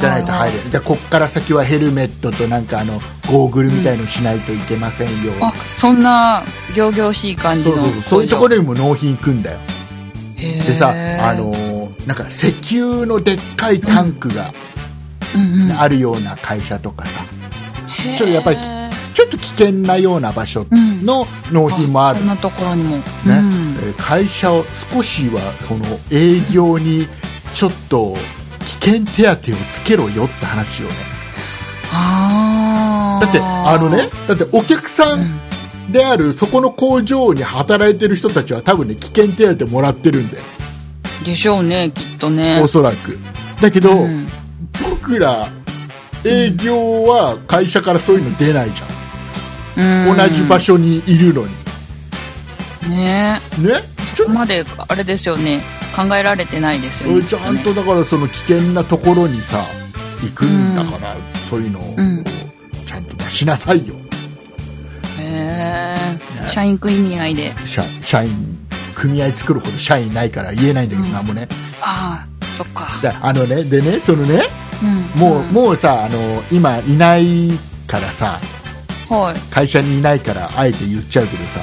Speaker 2: じゃないと入れないじゃあこっから先はヘルメットとなんかあのゴーグルみたいのしないといけませんよ、
Speaker 1: あそんな行々しい感じ
Speaker 2: そう
Speaker 1: の
Speaker 2: そうそうそういうところにも納品行くんだよで
Speaker 1: で
Speaker 2: さあのーなんか石油のでっかいタンクが
Speaker 1: うんうん、
Speaker 2: あるような会社とかさ、
Speaker 1: ち
Speaker 2: ちょっとやっぱりちょっと危険なような場所
Speaker 1: うん
Speaker 2: の納品もある
Speaker 1: こんなところにもね、
Speaker 2: ねえー会社を少しはこの営業にちょっと危険手当をつけろよって話をね
Speaker 1: あー
Speaker 2: だってあのねだってお客さんであるそこの工場に働いてる人たちは多分ね危険手当もらってるんだよ
Speaker 1: でしょうねきっとね
Speaker 2: おそらくだけど、
Speaker 1: うん
Speaker 2: 僕ら営業は会社からそういうの出ないじゃん、
Speaker 1: うん
Speaker 2: 同じ場所にいるのに
Speaker 1: ね
Speaker 2: ねち
Speaker 1: そ
Speaker 2: ょ
Speaker 1: こまであれですよね考えられてないですよね
Speaker 2: ちゃん
Speaker 1: きっね
Speaker 2: とだからその危険なところにさ行くんだから、そういうのを
Speaker 1: うん
Speaker 2: ちゃんと出しなさいよ、
Speaker 1: へえ社員区意味合いで
Speaker 2: 社社員組合作るほど社員ないから言えないんだけど、
Speaker 1: うん
Speaker 2: なんもね
Speaker 1: ああそっか、
Speaker 2: だあのねでねそのね
Speaker 1: うん
Speaker 2: もう,、
Speaker 1: ん
Speaker 2: もうさあの今いないからさ
Speaker 1: はい
Speaker 2: 会社にいないからあえて言っちゃうけどさ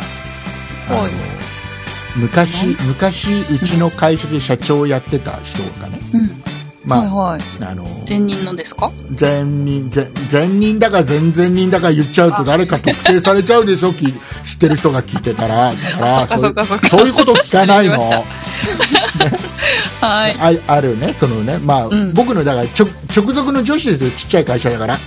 Speaker 2: あ
Speaker 1: はい
Speaker 2: の昔
Speaker 1: はい
Speaker 2: 昔うちの会社で社長をやってた人がね、
Speaker 1: うん
Speaker 2: まあ
Speaker 1: はいはい
Speaker 2: あの
Speaker 1: 前任のですか
Speaker 2: 前任前前任だか前々任だか言っちゃうと誰か特定されちゃうでしょき知ってる人が聞いてたらだから
Speaker 1: そ
Speaker 2: そうう
Speaker 1: か
Speaker 2: い
Speaker 1: そうかそう
Speaker 2: う
Speaker 1: か
Speaker 2: そういうこと聞かない の
Speaker 1: わはい
Speaker 2: ああるねそのねまあ、
Speaker 1: うん
Speaker 2: 僕のだから直直属の上司ですよちっちゃい会社だから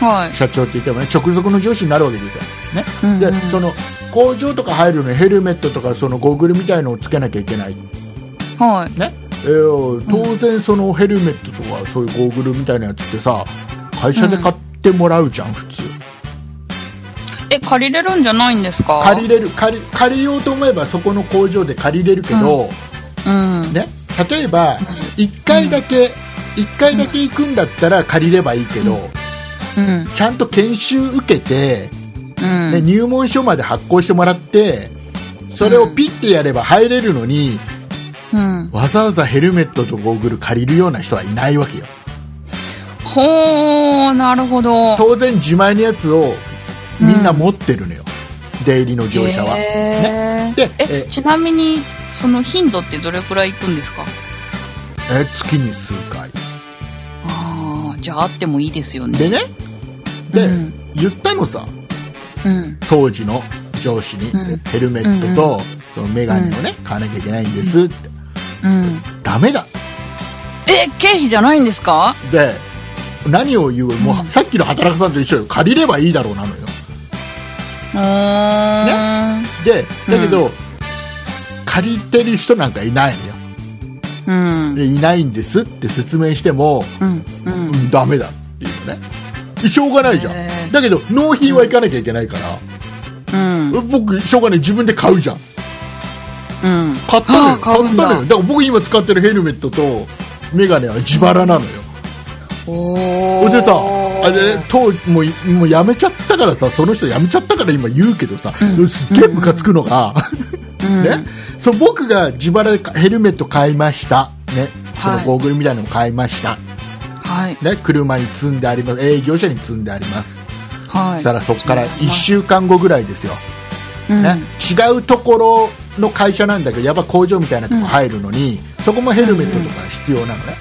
Speaker 1: はい
Speaker 2: 社長って言ってもね直属の上司になるわけですよ、ね
Speaker 1: うんうん
Speaker 2: でその工場とか入るのにヘルメットとかそのゴーグルみたいのをつけなきゃいけない、ね
Speaker 1: はい
Speaker 2: えー当然そのヘルメットとかそういうゴーグルみたいなやつってさ会社で買ってもらうじゃん普通
Speaker 1: え借りれるんじゃないんですか
Speaker 2: 借りれる借り借りようと思えばそこの工場で借りれるけど、
Speaker 1: うん
Speaker 2: ね、例えば1回だけ、一回だけ行くんだったら借りればいいけど、
Speaker 1: うん
Speaker 2: ちゃんと研修受けて、
Speaker 1: うん
Speaker 2: ね、入門書まで発行してもらってそれをピッてやれば入れるのに、
Speaker 1: うん
Speaker 2: わざわざヘルメットとゴーグル借りるような人はいないわけよ
Speaker 1: ほーなるほど
Speaker 2: 当然自前のやつをみんな持ってるのよ、出入りの業者は、
Speaker 1: へー
Speaker 2: で
Speaker 1: え
Speaker 2: え
Speaker 1: ちなみにその頻度ってどれくらい行くんですか
Speaker 2: え月に数回
Speaker 1: ああじゃああってもいいですよね
Speaker 2: でねで、
Speaker 1: うん
Speaker 2: 言ったのさ
Speaker 1: うん
Speaker 2: 当時の上司に、
Speaker 1: うん
Speaker 2: ヘルメットとそのメガネをね、買わなきゃいけないんですって、
Speaker 1: うん
Speaker 2: ダメだ
Speaker 1: え経費じゃないんですか
Speaker 2: で何を言うも
Speaker 1: う
Speaker 2: う、
Speaker 1: ん
Speaker 2: さっきの働くさんと一緒よ借りればいいだろうなのよ
Speaker 1: うーん
Speaker 2: でだけど、借りてる人なんかいないのよ
Speaker 1: うん
Speaker 2: でいないんですって説明しても、
Speaker 1: うんうん
Speaker 2: うん、ダメだっていうのねしょうがないじゃ
Speaker 1: へ
Speaker 2: ん
Speaker 1: ー
Speaker 2: だけど納品は行かなきゃいけないから、
Speaker 1: うん
Speaker 2: 僕しょうがない自分で買うじゃん
Speaker 1: うん
Speaker 2: 買ったの
Speaker 1: あ
Speaker 2: よ
Speaker 1: ー買
Speaker 2: 買
Speaker 1: う
Speaker 2: っ
Speaker 1: んだ
Speaker 2: たのよだから僕今使ってるヘルメットとメガネは自腹なのよ
Speaker 1: お
Speaker 2: ほ
Speaker 1: お
Speaker 2: んでさあれ当もうもうやめちゃったからさその人やめちゃったから今言うけどさ、
Speaker 1: うん
Speaker 2: すっげえムカつくのが、
Speaker 1: うん、
Speaker 2: ねそう僕が自腹でヘルメット買いましたねその
Speaker 1: はい
Speaker 2: ゴーグルみたいなのも買いました、
Speaker 1: はい
Speaker 2: ね、車に積んであります営業者に積んでありま
Speaker 1: は
Speaker 2: す、
Speaker 1: い
Speaker 2: そしたらそこから1週間後ぐらいですよ、
Speaker 1: うん
Speaker 2: ね、違うところの会社なんだけどやっぱ工場みたいなとこ入るのに、そこもヘルメットとか必要なのね、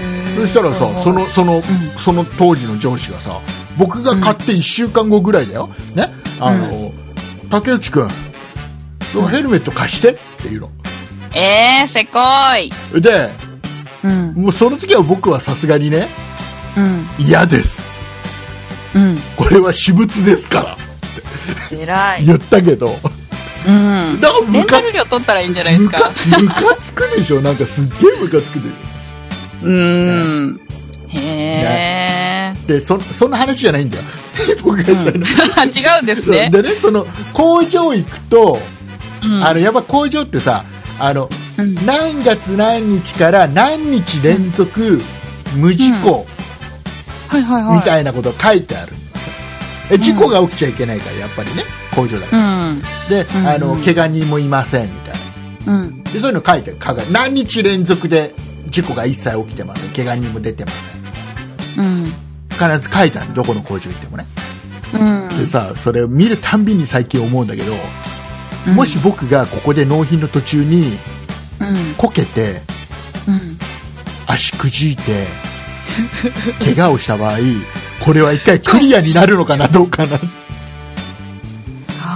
Speaker 1: へー
Speaker 2: そしたらさそのその、
Speaker 1: ん
Speaker 2: その当時の上司がさ僕が買って1週間後ぐらいだよ、ねあの竹内君そのヘルメット貸してっていうの
Speaker 1: えー、せこい
Speaker 2: で
Speaker 1: うん
Speaker 2: もうその時は僕はさすがにね
Speaker 1: うん
Speaker 2: 嫌です
Speaker 1: うん
Speaker 2: これは私物ですから
Speaker 1: 偉い
Speaker 2: 言ったけど
Speaker 1: うん
Speaker 2: だから
Speaker 1: レ
Speaker 2: ム
Speaker 1: ンタ
Speaker 2: カ
Speaker 1: ル
Speaker 2: つ
Speaker 1: 料取ったらいいんじゃないです
Speaker 2: ムカ
Speaker 1: か
Speaker 2: ムカつくでしょなんかすっげえムカつくでしょ
Speaker 1: うーんへえ
Speaker 2: でそそんな話じゃないんだよ僕がしたい の、
Speaker 1: 違うんですね
Speaker 2: でねその工場行くと、
Speaker 1: うん
Speaker 2: あのやっぱ工場ってさあの、
Speaker 1: うん
Speaker 2: 何月何日から何日連続無事故
Speaker 1: はいはいはい
Speaker 2: みたいなことが書いてある、え事故が起きちゃいけないからやっぱりね工場だから、
Speaker 1: うん
Speaker 2: で、
Speaker 1: ん
Speaker 2: あの
Speaker 1: うん
Speaker 2: 怪我人もいませんみたいな
Speaker 1: うん
Speaker 2: でそういうの書いてあるかが何日連続で事故が一切起きてません怪我人も出てません
Speaker 1: うん
Speaker 2: 必ず書いてあるどこの工場行ってもね
Speaker 1: うん。
Speaker 2: でさそれを見るたんびに最近思うんだけど、
Speaker 1: うん
Speaker 2: もし、僕がここで納品の途中に
Speaker 1: うん。
Speaker 2: こけて
Speaker 1: うん。
Speaker 2: 足くじいて怪我をした場合これは一回クリアになるのかなどうかな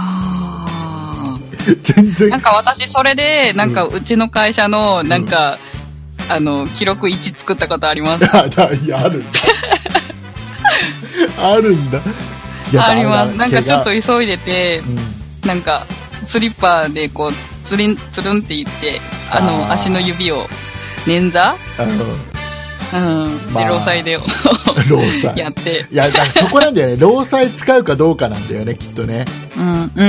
Speaker 1: あ
Speaker 2: 全
Speaker 1: ー。な
Speaker 2: 然
Speaker 1: んか私、それで、なんか、うちの会社の、なんか、あの、記録1作ったことあります。
Speaker 2: あだいやあ るんだあるんだい や
Speaker 1: あります。
Speaker 2: だ
Speaker 1: なんかちょっと
Speaker 2: 怪
Speaker 1: 急いでて
Speaker 2: 我、うん
Speaker 1: なんか、スリッパでこう、つるん、つるんって言って、あの、
Speaker 2: あー
Speaker 1: 足の指を、捻挫
Speaker 2: あの
Speaker 1: うん。
Speaker 2: ま
Speaker 1: で、
Speaker 2: あ
Speaker 1: 労災で、
Speaker 2: 労災
Speaker 1: やって。
Speaker 2: いやだからそこなんだよね労災使うかどうかなんだよねきっとね
Speaker 1: うん。う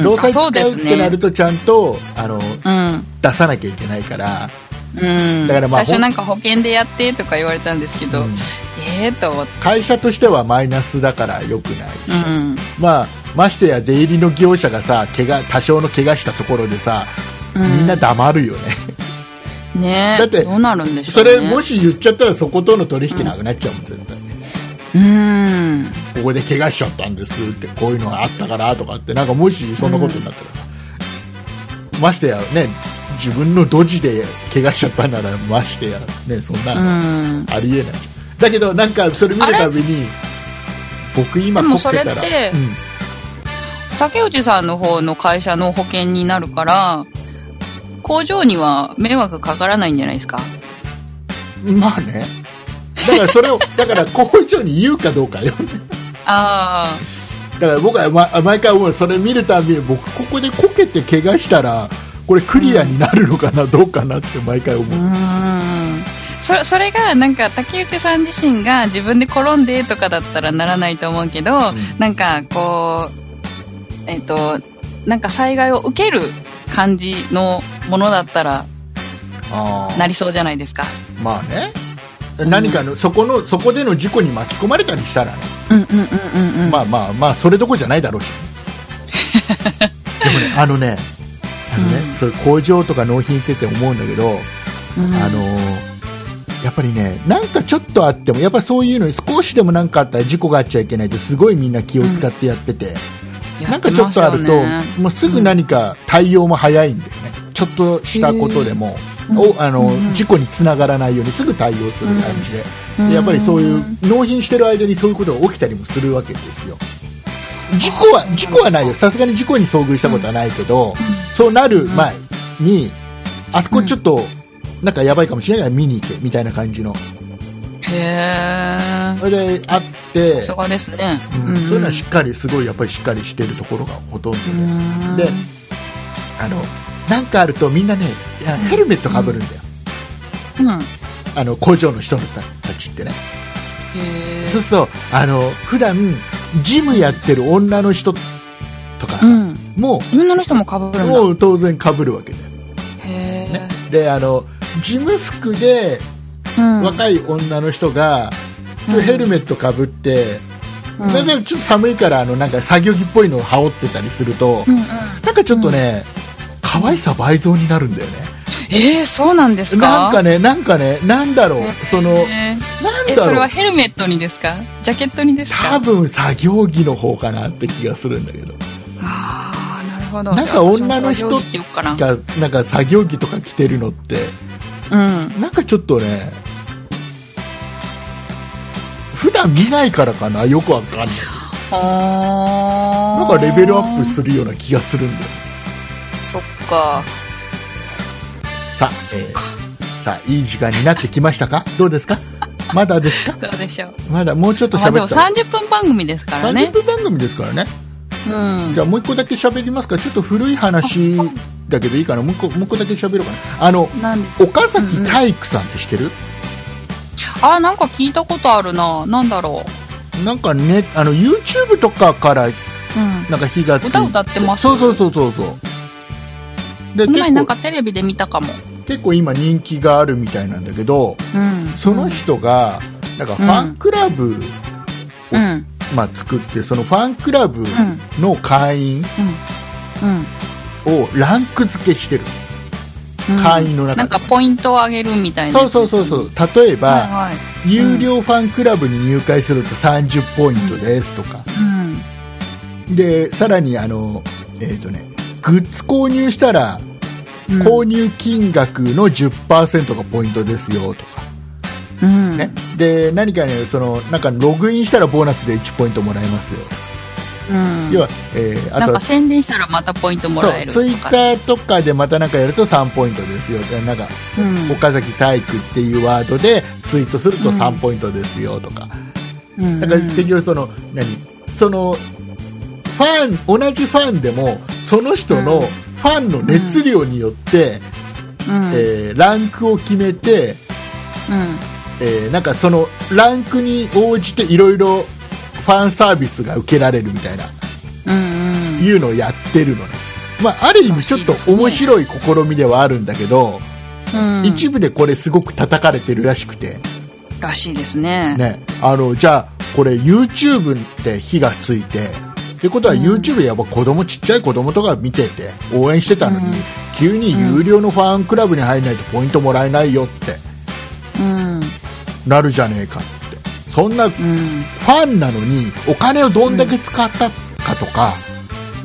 Speaker 1: ん。
Speaker 2: 労災
Speaker 1: あ
Speaker 2: 使
Speaker 1: そううです
Speaker 2: ってな
Speaker 1: ね
Speaker 2: る。とちゃんとあの
Speaker 1: うん。
Speaker 2: 出さなきゃいけないから、
Speaker 1: うん、
Speaker 2: だからまあ
Speaker 1: 最初なんか保険でやってとか言われたんですけど、
Speaker 2: うん
Speaker 1: ええと思って、
Speaker 2: 会社としてはマイナスだから良くないし、
Speaker 1: うん、
Speaker 2: まあ、ましてや出入りの業者がさ怪我多少の怪我したところでさみんな黙るよね、
Speaker 1: ねえ
Speaker 2: だって
Speaker 1: どうなるんでしょ、
Speaker 2: そう
Speaker 1: ね、
Speaker 2: れもし言っちゃったらそことの取引なくなっちゃうもん絶対
Speaker 1: うん
Speaker 2: ここで怪我しちゃったんですってこういうのがあったからとかってなんかもしそんなことになったらさ、ましてやね自分のドジで怪我しちゃったならましてやねそんな
Speaker 1: う
Speaker 2: の
Speaker 1: ん
Speaker 2: ありえないじゃん、だけどなんかそれ見るたびに僕今
Speaker 1: で
Speaker 2: こ
Speaker 1: も
Speaker 2: けたら
Speaker 1: それって
Speaker 2: うん
Speaker 1: 竹内さんの方の会社の保険になるから工場には迷惑かからないんじゃないですか
Speaker 2: まあね。だからそれを、だから工場に言うかどうかよ。
Speaker 1: あ
Speaker 2: だから僕は、ま、毎回思う、それ見るたびに僕ここでこけて怪我したら、これクリアになるのかな、どうかなって毎回
Speaker 1: あう
Speaker 2: 思う。
Speaker 1: んそれそれがなんか竹内さん自身が自分で転んでとかだったらならないと思うけど、
Speaker 2: ん
Speaker 1: なんかこうえっ、となんか災害を受ける感じのものだったら
Speaker 2: あー
Speaker 1: なりそうじゃないですか
Speaker 2: まあね。何かの、そこの、そこでの事故に巻き込まれたりしたらね。
Speaker 1: うんうんうんうんうん
Speaker 2: まあまあまあ、それどころじゃないだ ろうし。でもね、あのね、あのね、
Speaker 1: うん
Speaker 2: そういう工場とか納品行ってて思うんだけ
Speaker 1: う
Speaker 2: ど、
Speaker 1: ん
Speaker 2: あのーやっぱりね、なんかちょっとあっても、やっぱそういうのに少しでもなんかあったら事故があっちゃいけないって、すごいみんな気を使ってやってて、なんかちょっとあると、
Speaker 1: やってますよね
Speaker 2: もうすぐ何か対応も早いんだよね、ちょっとしたことでも、
Speaker 1: うん
Speaker 2: おあの
Speaker 1: うん
Speaker 2: 事故につながらないようにすぐ対応する感じで、でやっぱりそういう納品してる間にそういうことが起きたりもするわけですよ。事故は事故はないよ、さすがに事故に遭遇したことはないけど、そうなる前に、あそこちょっと、なんかやばいかもしれないから見に行けみたいな感じの。
Speaker 1: へ
Speaker 2: それであっ
Speaker 1: え
Speaker 2: て、
Speaker 1: さすがですね、
Speaker 2: うんそういうのはしっかり、すごいやっぱりしっかりしてるところがほとんどで、
Speaker 1: うん
Speaker 2: であの、なんかあるとみんなね、いやヘルメットかぶるんだよ。
Speaker 1: うんへ
Speaker 2: あの、工場の人たたちってね。
Speaker 1: え
Speaker 2: そうすると、あの、普段、ジムやってる女の人とかさ、
Speaker 1: うん
Speaker 2: も
Speaker 1: 女の人もかぶ
Speaker 2: う、
Speaker 1: るんだ
Speaker 2: もう当然かぶるわけだよ。
Speaker 1: へえ、
Speaker 2: で、あの、事務服で
Speaker 1: うん
Speaker 2: 若い女の人が、ちょっとヘルメットかぶって、
Speaker 1: うん
Speaker 2: ででちょっと寒いからあのなんか作業着っぽいのを羽織ってたりすると、
Speaker 1: うんうん
Speaker 2: なんかちょっとね、可愛さ倍増になるんだよね。
Speaker 1: えー、そうなんですか
Speaker 2: なんかね、なんかね、なんだろう、その、
Speaker 1: え
Speaker 2: なん
Speaker 1: ーえ
Speaker 2: だ
Speaker 1: それ
Speaker 2: ろ
Speaker 1: は
Speaker 2: う、
Speaker 1: ヘルメットにですかジャケットにですか
Speaker 2: 多分作業着の方かなって気がするんだけど、
Speaker 1: あーなるほど
Speaker 2: なんか女の人
Speaker 1: じゃあ私もこれ用意しようかな
Speaker 2: がなんか作業着とか着てるのって、
Speaker 1: うん
Speaker 2: なんかちょっとね、普段見ないからかな、よくわかんない。
Speaker 1: な
Speaker 2: なんかレベルアップするような気がするんだよ。
Speaker 1: そっか
Speaker 2: さあ、えーさあ、いい時間になってき ましたかどうですかまだですか
Speaker 1: どうでしょう
Speaker 2: まだもうちょっと
Speaker 1: あで
Speaker 2: 喋
Speaker 1: も
Speaker 2: ったら。
Speaker 1: 30分番組ですから
Speaker 2: 30
Speaker 1: ね
Speaker 2: 分番組ですからね。
Speaker 1: うん
Speaker 2: じゃあもう一個だけ喋りますか。ちょっと古い話だけどいいかな。もう一個、もう一個だけ喋ろうかな。あの、
Speaker 1: なんで
Speaker 2: 岡崎体育さんって知ってる、
Speaker 1: あなんか聞いたことあるななんだろ
Speaker 2: なんかね、あの、YouTube とかから
Speaker 1: ううん
Speaker 2: なんか火がつい
Speaker 1: 歌歌ってます
Speaker 2: そうそうそうそうそう。で、
Speaker 1: この
Speaker 2: 結
Speaker 1: 前なん
Speaker 2: 構
Speaker 1: か、テレビで見たかも
Speaker 2: 結構今人気があるみたいなんだけど、
Speaker 1: うん
Speaker 2: その人が、なんかファンクラブ、
Speaker 1: うんうん
Speaker 2: まあ、作ってそのファンクラブ
Speaker 1: うん
Speaker 2: の会員
Speaker 1: うん
Speaker 2: をランク付けしてる、
Speaker 1: うん
Speaker 2: 会員の中で
Speaker 1: なんかポイントを上げるみたいな
Speaker 2: そうそうそう
Speaker 1: う
Speaker 2: そう例えば、
Speaker 1: はいはい
Speaker 2: 有料ファンクラブに入会すると30ポイントですとか、
Speaker 1: うん
Speaker 2: でさらにあの、えーとね、グッズ購入したら
Speaker 1: うん
Speaker 2: 購入金額の10%がポイントですよとか、
Speaker 1: うん。
Speaker 2: ねで何か、ね、そのなんかログインしたらボーナスで1ポイントもらえますよ、
Speaker 1: うん。
Speaker 2: 要は、えーあ
Speaker 1: なん
Speaker 2: と
Speaker 1: か宣伝したらまたポイントもらえる
Speaker 2: そうツイ
Speaker 1: と
Speaker 2: ッ
Speaker 1: か。
Speaker 2: ターとかでまたなんかやると3ポイントですよでなんか、
Speaker 1: うん
Speaker 2: 岡崎体育っていうワードでツイートすると
Speaker 1: うん
Speaker 2: 3ポイントですよとか、
Speaker 1: うん
Speaker 2: だから結局その何そのファン同じファンでもその人の
Speaker 1: うん
Speaker 2: ファンの熱量によって、
Speaker 1: うん。
Speaker 2: えーランクを決めて、
Speaker 1: うん。
Speaker 2: えーなんかそのランクに応じていろいろファンサービスが受けられるみたいな
Speaker 1: うん。うん。
Speaker 2: いうのをやってるのね、まあ、ある意味ちょっと面白い試みではあるんだけど、
Speaker 1: うん。
Speaker 2: 一部でこれすごく叩かれてるらしくて、
Speaker 1: らしいですね。
Speaker 2: ね、あのじゃあこれ YouTube って火がついてってことは
Speaker 1: うん
Speaker 2: YouTube やっぱ子供ちっちゃい子供とか見てて応援してたのに、
Speaker 1: うん
Speaker 2: 急に有料のファンクラブに入らないとポイントもらえないよって
Speaker 1: うん。
Speaker 2: なるじゃねえかってそんなフ
Speaker 1: うん。
Speaker 2: ァンなのにお金をどんだけ使ったかとか、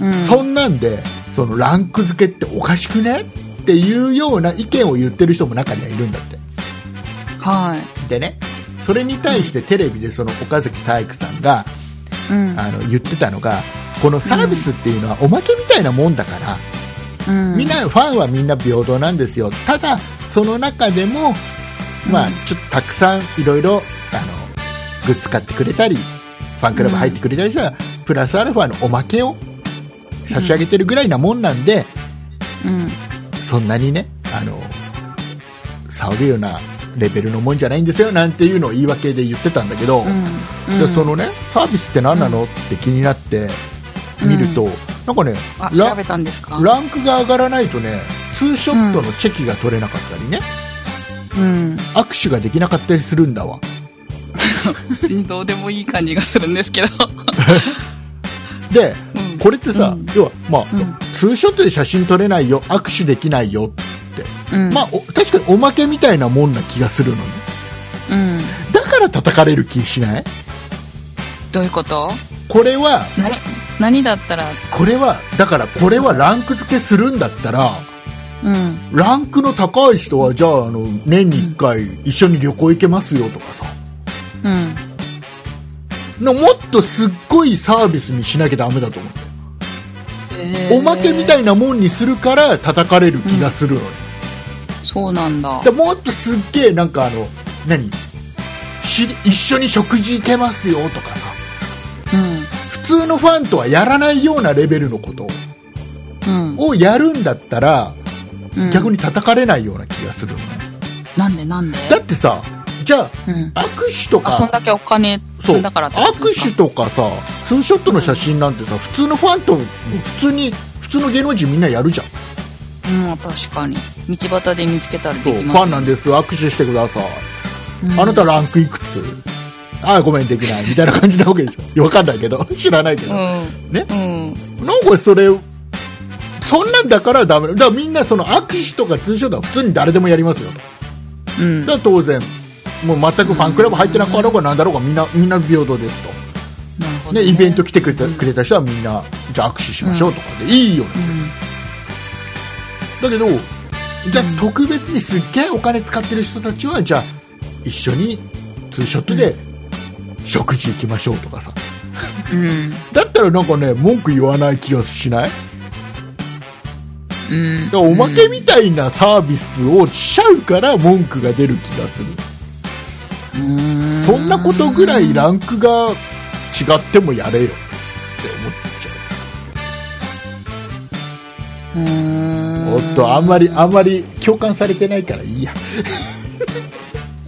Speaker 1: うん。
Speaker 2: そんなんでそのランク付けっておかしくねっていうような意見を言ってる人も中にはいるんだって。
Speaker 1: は
Speaker 2: でねそれに対してテレビでその岡崎体育さんが
Speaker 1: い。うん。
Speaker 2: あの言ってたのがこのサービスっていうのはおまけみたいなもんだから、
Speaker 1: うん。
Speaker 2: みんなファンはみんな平等なんですよただその中でも、まあ
Speaker 1: うん、
Speaker 2: ちょっとたくさんいろいろあのグッズ買ってくれたりファンクラブ入ってくれたりしたら、プラスアルファのおまけを差し上げてるぐらいなもんなんで、
Speaker 1: うん。
Speaker 2: そんなにねあの騒ぐようなレベルのもんじゃないんですよなんていうのを言い訳で言ってたんだけど、
Speaker 1: うん。
Speaker 2: でそのねサービスって何なの、って気になって見ると、なんかね
Speaker 1: あ、調
Speaker 2: ラ
Speaker 1: べたんですか
Speaker 2: ランクが上がらないとねツーショットのチェキが取れなかったりね、
Speaker 1: うん。
Speaker 2: 握手ができなかったりするんだわ
Speaker 1: どうでもいい感じがするんですけど。
Speaker 2: で
Speaker 1: うん
Speaker 2: これってさ、
Speaker 1: うん
Speaker 2: 要は、まあ
Speaker 1: うん
Speaker 2: ツーショットで写真撮れないよ握手できないよって、
Speaker 1: うん。
Speaker 2: まあ、お確かにおまけみたいなもんな気がするのね
Speaker 1: うん。
Speaker 2: だから叩かれる気しない
Speaker 1: どういうこと
Speaker 2: これは
Speaker 1: 何何だったら、
Speaker 2: これはだからこれはランク付けするんだったら、
Speaker 1: うん。
Speaker 2: ランクの高い人はじゃああの年に1回一緒に旅行行けますよとかさ
Speaker 1: うん。
Speaker 2: のもっとすっごいサービスにしなきゃダメだと思う、
Speaker 1: へー
Speaker 2: おまけみたいなもんにするから叩かれる気がするの、ね
Speaker 1: そうなんだ。
Speaker 2: でもっとすっげえなんかあの何し一緒に食事行けますよとかさ
Speaker 1: う
Speaker 2: 普通のファンとはやらないようなレベルのこと
Speaker 1: ん。
Speaker 2: をやるんだったら
Speaker 1: うん。
Speaker 2: 逆
Speaker 1: に。
Speaker 2: に叩かれないような気がするのね、
Speaker 1: なんでなんで
Speaker 2: だってさじゃ
Speaker 1: うん。
Speaker 2: あ握手と
Speaker 1: あ、
Speaker 2: か
Speaker 1: そんだけお金
Speaker 2: そう
Speaker 1: 積んだからってことです
Speaker 2: 握
Speaker 1: か
Speaker 2: 手とかさツーショットの写真なんてさ普通のファンと普通に普通の芸能人みんなやるじゃん
Speaker 1: うん、確かに。道端で見つけたらでき
Speaker 2: そう
Speaker 1: ます
Speaker 2: フ
Speaker 1: よ。
Speaker 2: ァンなんです握手してください、
Speaker 1: うん
Speaker 2: あなたランクいくつああごめんできないみたいな感じなわけでしょわかんないけど 知らないけど、
Speaker 1: うん。
Speaker 2: ね
Speaker 1: うん。
Speaker 2: なんかそれそんなんだからダメだだからみんなその握手とかツーショットは普通に誰でもやりますよだか
Speaker 1: うん。
Speaker 2: ら当然もう全くファンクラブ入ってなかろうがなんだろうがみんなみんな平等ですと
Speaker 1: なるほど
Speaker 2: ね、
Speaker 1: ね。
Speaker 2: イベント来てくれたくれた人はみんなじゃあ握手しましょうとかで、いいよねだけどじゃあ特別にすっげえお金使ってる人たちはじゃあ一緒にツーショットで食事行きましょうとかさ
Speaker 1: うん。うん。
Speaker 2: だったらなんかね文句言わない気がしないだ
Speaker 1: うん。
Speaker 2: からおまけみたいなサービスをしちゃうから文句が出る気がする、
Speaker 1: うん
Speaker 2: そんなことぐらいランクが違ってもやれよって思っちゃう
Speaker 1: うーん
Speaker 2: おっとあんまりあんまり共感されてないからいいや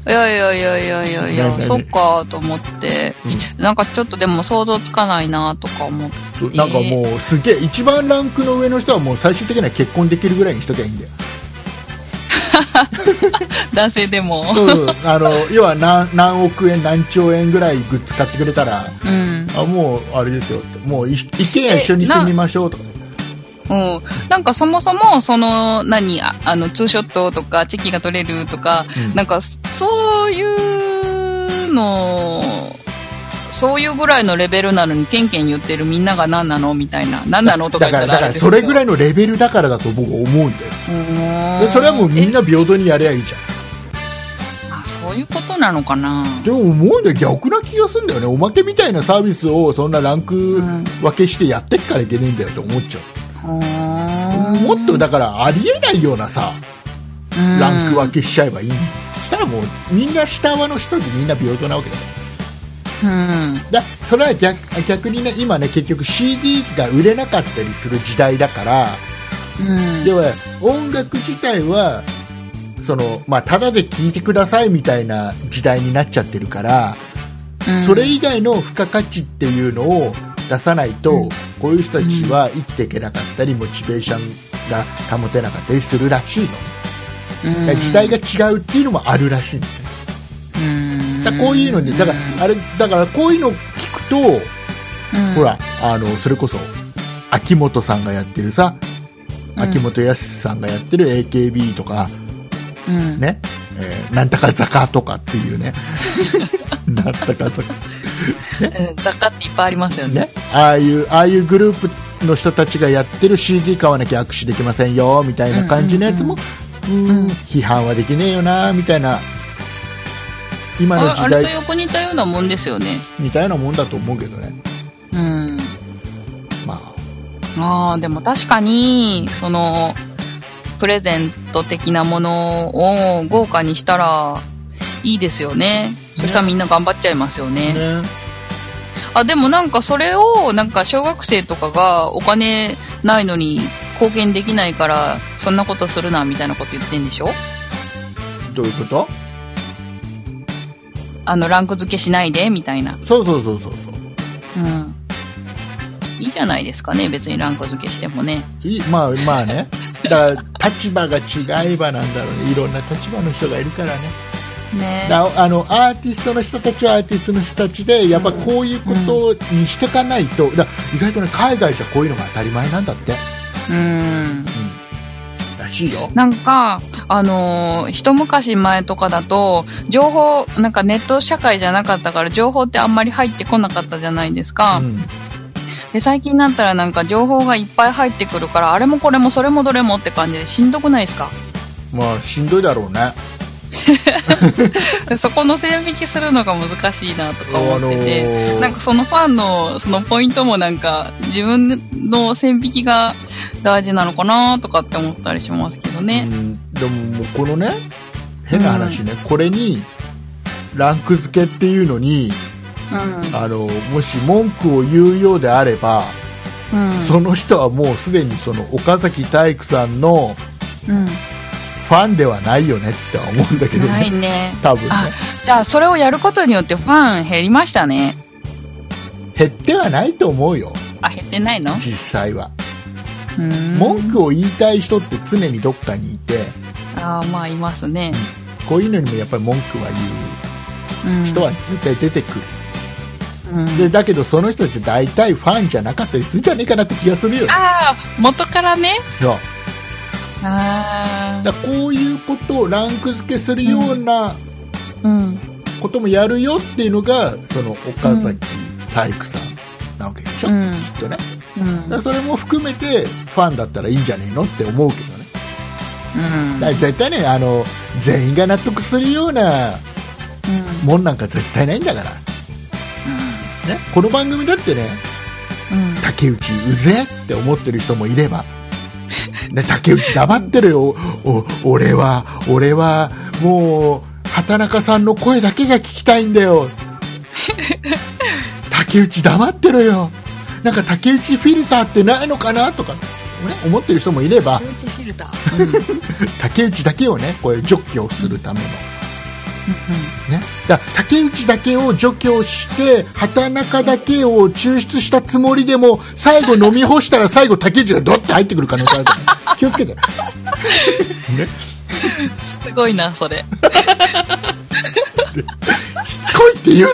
Speaker 1: いやいやいやいやいやい
Speaker 2: 何
Speaker 1: や
Speaker 2: 何
Speaker 1: そっかと思って、なんかちょっとでも想像つかないなとか思って
Speaker 2: そうなんかもうすげえ一番ランクの上の人はもう最終的には結婚できるぐらいにしときゃいいんだよ
Speaker 1: 男性でも
Speaker 2: そうそうあの要は何何億円何兆円ぐらいグッズ買ってくれたら
Speaker 1: うん
Speaker 2: あもうあれですよってもうい一軒家一緒に住みましょうとか
Speaker 1: うんなんかそもそもその何ああのツーショットとかチェキが取れるとか、
Speaker 2: うん
Speaker 1: なんかそういうのそういうぐらいのレベルなのに、ケンケン言ってるみんなが何なのみたいな。何なのとか言
Speaker 2: だか
Speaker 1: った
Speaker 2: ら
Speaker 1: ら
Speaker 2: だからそれぐら
Speaker 1: い。
Speaker 2: いのレベルだからだと僕思うんだよ
Speaker 1: うーん
Speaker 2: でそれはもうみん
Speaker 1: え
Speaker 2: な平等にやりゃいいじゃん
Speaker 1: あそういうことなのかな
Speaker 2: でも思うんだよ逆な気がするんだよねおまけみたいなサービスをそんなランク
Speaker 1: うん
Speaker 2: 分けしてやってっからいけねえんだよと思っちゃう、
Speaker 1: も
Speaker 2: もっとだからありえないようなさランク分けしちゃえばいい、したらもうみんな下はの人でみんな平等なわけだよ
Speaker 1: うん
Speaker 2: だそれは逆逆にね今ね結局 CD が売れなかったりする時代だから
Speaker 1: うん
Speaker 2: では音楽自体はそのまあただで聴いてくださいみたいな時代になっちゃってるから、
Speaker 1: うん
Speaker 2: それ以外の付加価値っていうのを出さないと、
Speaker 1: うん
Speaker 2: こういう人たちは生きていけなかったりモチベーションが保てなかったりするらしいの、だから時代が違うっていうのもあるらしいのねだからこういうのにだからあれだからこういうのを聞くと、
Speaker 1: うん
Speaker 2: ほらあのそれこそ秋元さんがやってるさ
Speaker 1: うん
Speaker 2: 秋元康さんがやってる AKB とか、
Speaker 1: うん
Speaker 2: ね、えーなんとか坂とかってい うねなんと
Speaker 1: う
Speaker 2: か坂
Speaker 1: ん雑貨っていっぱいありますよね
Speaker 2: ね、ああいうああいうグループの人たちがやってる CD 買わなきゃ握手できませんよみたいな感じのやつも、うん
Speaker 1: うん
Speaker 2: 批判はできねえよなみたいな今の
Speaker 1: ああ
Speaker 2: 時
Speaker 1: れ
Speaker 2: 代
Speaker 1: と横にいたようなもんですよね
Speaker 2: みたいなもんだと思うけどね、
Speaker 1: うん
Speaker 2: ま
Speaker 1: あーでも確かにそのプレゼント的なものを豪華にしたらいいですよねそしたらみんな頑張っちゃいますよ
Speaker 2: あ
Speaker 1: ね
Speaker 2: ね
Speaker 1: あでもなんかそれをなんか小学生とかがお金ないのに貢献できないからそんなことするなみたいなこと言ってんでしょ
Speaker 2: どういうこと
Speaker 1: あのランク付けしないでみたいな
Speaker 2: そうそうそうそうそう
Speaker 1: うんいいじゃないですかね別にランク付けしてもね
Speaker 2: いいまあまあねだから立場が違えばなんだろうねいろんな立場の人がいるからね
Speaker 1: ね
Speaker 2: だあのアーティストの人たちはアーティストの人たちでやっぱこういうことにしていかないと、だ意外とね海外じゃこういうのが当たり前なんだって、
Speaker 1: うん
Speaker 2: うん、らしいよ
Speaker 1: なんか、あのー一昔前とかだと、情報、なんかネット社会じゃなかったから、情報ってあんまり入ってこなかったじゃないですか。
Speaker 2: うん
Speaker 1: で、最近になったらなんか情報がいっぱい入ってくるから、あれもこれもそれもどれもって感じでしんどくないですか
Speaker 2: まあしんどいだろうね
Speaker 1: そこの線引きするのが難しいなとか思ってて。
Speaker 2: ー
Speaker 1: なんかそのファンのそのポイントもなんか自分の線引きが大事なのかなとかって思ったりしますけどね。
Speaker 2: うん、でももうこのね変な話ね、これにランク付けっていうのに
Speaker 1: うん。
Speaker 2: あのもし文句を言うようであれば、
Speaker 1: うん。
Speaker 2: その人はもうすでにその岡崎体育さんの
Speaker 1: うん。
Speaker 2: ファンではないよねっては思うんだけどね、
Speaker 1: ないね。
Speaker 2: 多分ね
Speaker 1: あじゃあそれをやることによってファン減りましたね
Speaker 2: 減ってはないと思うよ
Speaker 1: あ減ってないのう
Speaker 2: 実際は
Speaker 1: ーん
Speaker 2: 文句を言いたい人って常にどっかにいて
Speaker 1: あーまあいますね、
Speaker 2: こういうのにもやっぱり文句は
Speaker 1: うん、
Speaker 2: 言う人は絶対出てくる、
Speaker 1: うん、
Speaker 2: でだけどその人って大体ファンじゃなかったりするんじゃねえかなって気がするよね
Speaker 1: ああ元からね
Speaker 2: そう
Speaker 1: ああ
Speaker 2: だからこういうことをランク付けするような
Speaker 1: うん
Speaker 2: こともやるよっていうのがその岡崎体育さんなわけでしょ、
Speaker 1: う
Speaker 2: き
Speaker 1: ん
Speaker 2: っとね
Speaker 1: う
Speaker 2: だ
Speaker 1: ん
Speaker 2: からそれも含めてファンだったらいいんじゃねえのって思うけどね
Speaker 1: うん
Speaker 2: だから絶対ねあの全員が納得するような
Speaker 1: うん
Speaker 2: もんなんか絶対ないんだから、ね、この番組だってね
Speaker 1: うん
Speaker 2: 竹内うぜえって思ってる人もいれば、ね、竹内黙ってるよお俺は俺はもう畑中さんの声だけが聞きたいんだよ竹内黙ってるよなんか竹内フィルターってないのかなとか、ね、思ってる人もいれば
Speaker 1: うんフィルター、うんうん
Speaker 2: 竹内だけをねこういう除去をするためのね、だから竹内だけを除去して畑中だけを抽出したつもりでも最後飲み干したら最後竹内がドッて入ってくる可能 性あるから気をつけて、ね、
Speaker 1: すごいなそれ
Speaker 2: しつこいって言う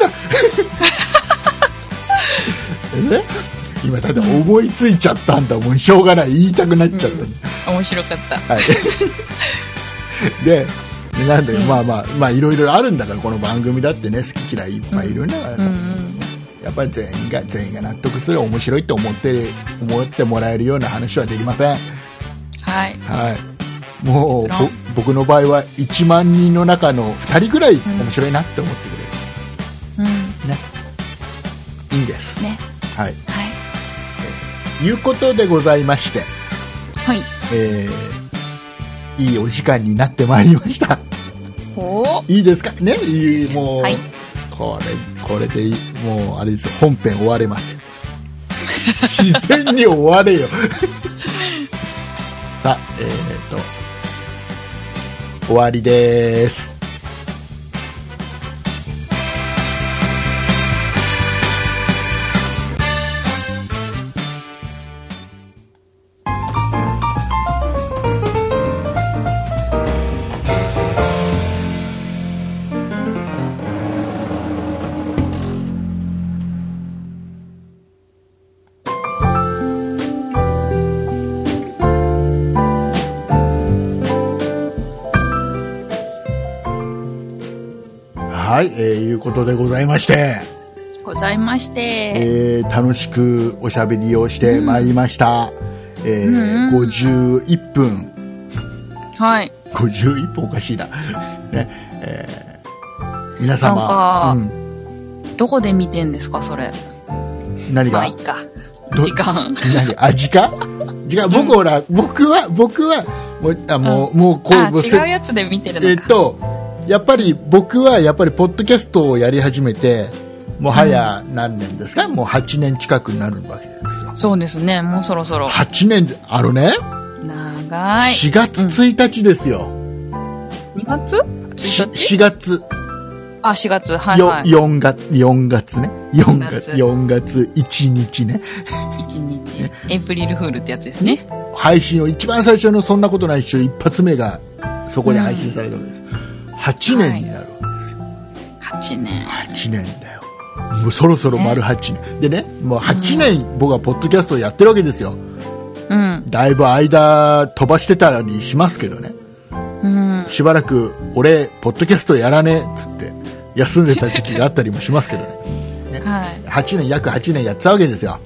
Speaker 2: なね今ただ思いついちゃったんだもんしょうがない言いたくなっちゃった、ね
Speaker 1: 面白かった
Speaker 2: はい、 でなんだよ、
Speaker 1: うん
Speaker 2: まあまあまあいろいろあるんだからこの番組だってね好き嫌いいっぱいいるんだからさ、
Speaker 1: うんうん
Speaker 2: やっぱり全員が全員が納得する面白いって思って思ってもらえるような話はできません
Speaker 1: はい。
Speaker 2: はいもう
Speaker 1: もちろん
Speaker 2: ぼ僕の場合は1万人の中の2人ぐらい面白いなって思ってくれ
Speaker 1: うん。
Speaker 2: る、いいんです、
Speaker 1: ね。
Speaker 2: はい
Speaker 1: はい。
Speaker 2: いうことでございまして、
Speaker 1: はい。
Speaker 2: えーいいお時間になってまいりました
Speaker 1: おお。
Speaker 2: いいですかねいいもう、
Speaker 1: はい
Speaker 2: これこれでいいもうあれですよ本編終われますよ 自然に終われよ さあえー、と終わりですはい、えー、いうことでございまして、
Speaker 1: ございまして。
Speaker 2: えー楽しくおしゃべりをしてまいりました、えー
Speaker 1: うんうん
Speaker 2: 51分
Speaker 1: はい。
Speaker 2: 51分おかしいな、 ねえー皆様
Speaker 1: なんどこで見てんですか、それ。
Speaker 2: うん、何
Speaker 1: ま
Speaker 2: が
Speaker 1: あいいか。
Speaker 2: ど
Speaker 1: 時間。
Speaker 2: 何あ時間時間僕ほら僕は僕はもうあもう,、もうこう
Speaker 1: あ、
Speaker 2: もう
Speaker 1: 違うやつで見てる
Speaker 2: えっ
Speaker 1: のか。
Speaker 2: とやっぱり僕はやっぱりポッドキャストをやり始めてもはや何年ですか、もう8年近くなるわけですよ
Speaker 1: そうですね。もうそろそろ。
Speaker 2: 8年であのね、
Speaker 1: 長い。
Speaker 2: 4月1日ですよ、
Speaker 1: 2月
Speaker 2: し
Speaker 1: ?1 日
Speaker 2: 4月
Speaker 1: あ、4月。はい
Speaker 2: よ
Speaker 1: はい。
Speaker 2: 4月4月ね4月4
Speaker 1: 四
Speaker 2: 月1日ね
Speaker 1: 1日。エイプリルフールってやつですね。
Speaker 2: 配信を一番最初の「そんなことないっしょ」一発目がそこで配信されたわけです、8年になるわけですよ、
Speaker 1: 8年。
Speaker 2: 8年だよもうそろそろ丸8年、でねもう8年僕はポッドキャストをやってるわけですよ
Speaker 1: うん。
Speaker 2: だいぶ間飛ばしてたりしますけどね
Speaker 1: うん。
Speaker 2: しばらく俺ポッドキャストやらねえっつって休んでた時期があったりもしますけどね
Speaker 1: はい。
Speaker 2: 8年約8年やってたわけですよ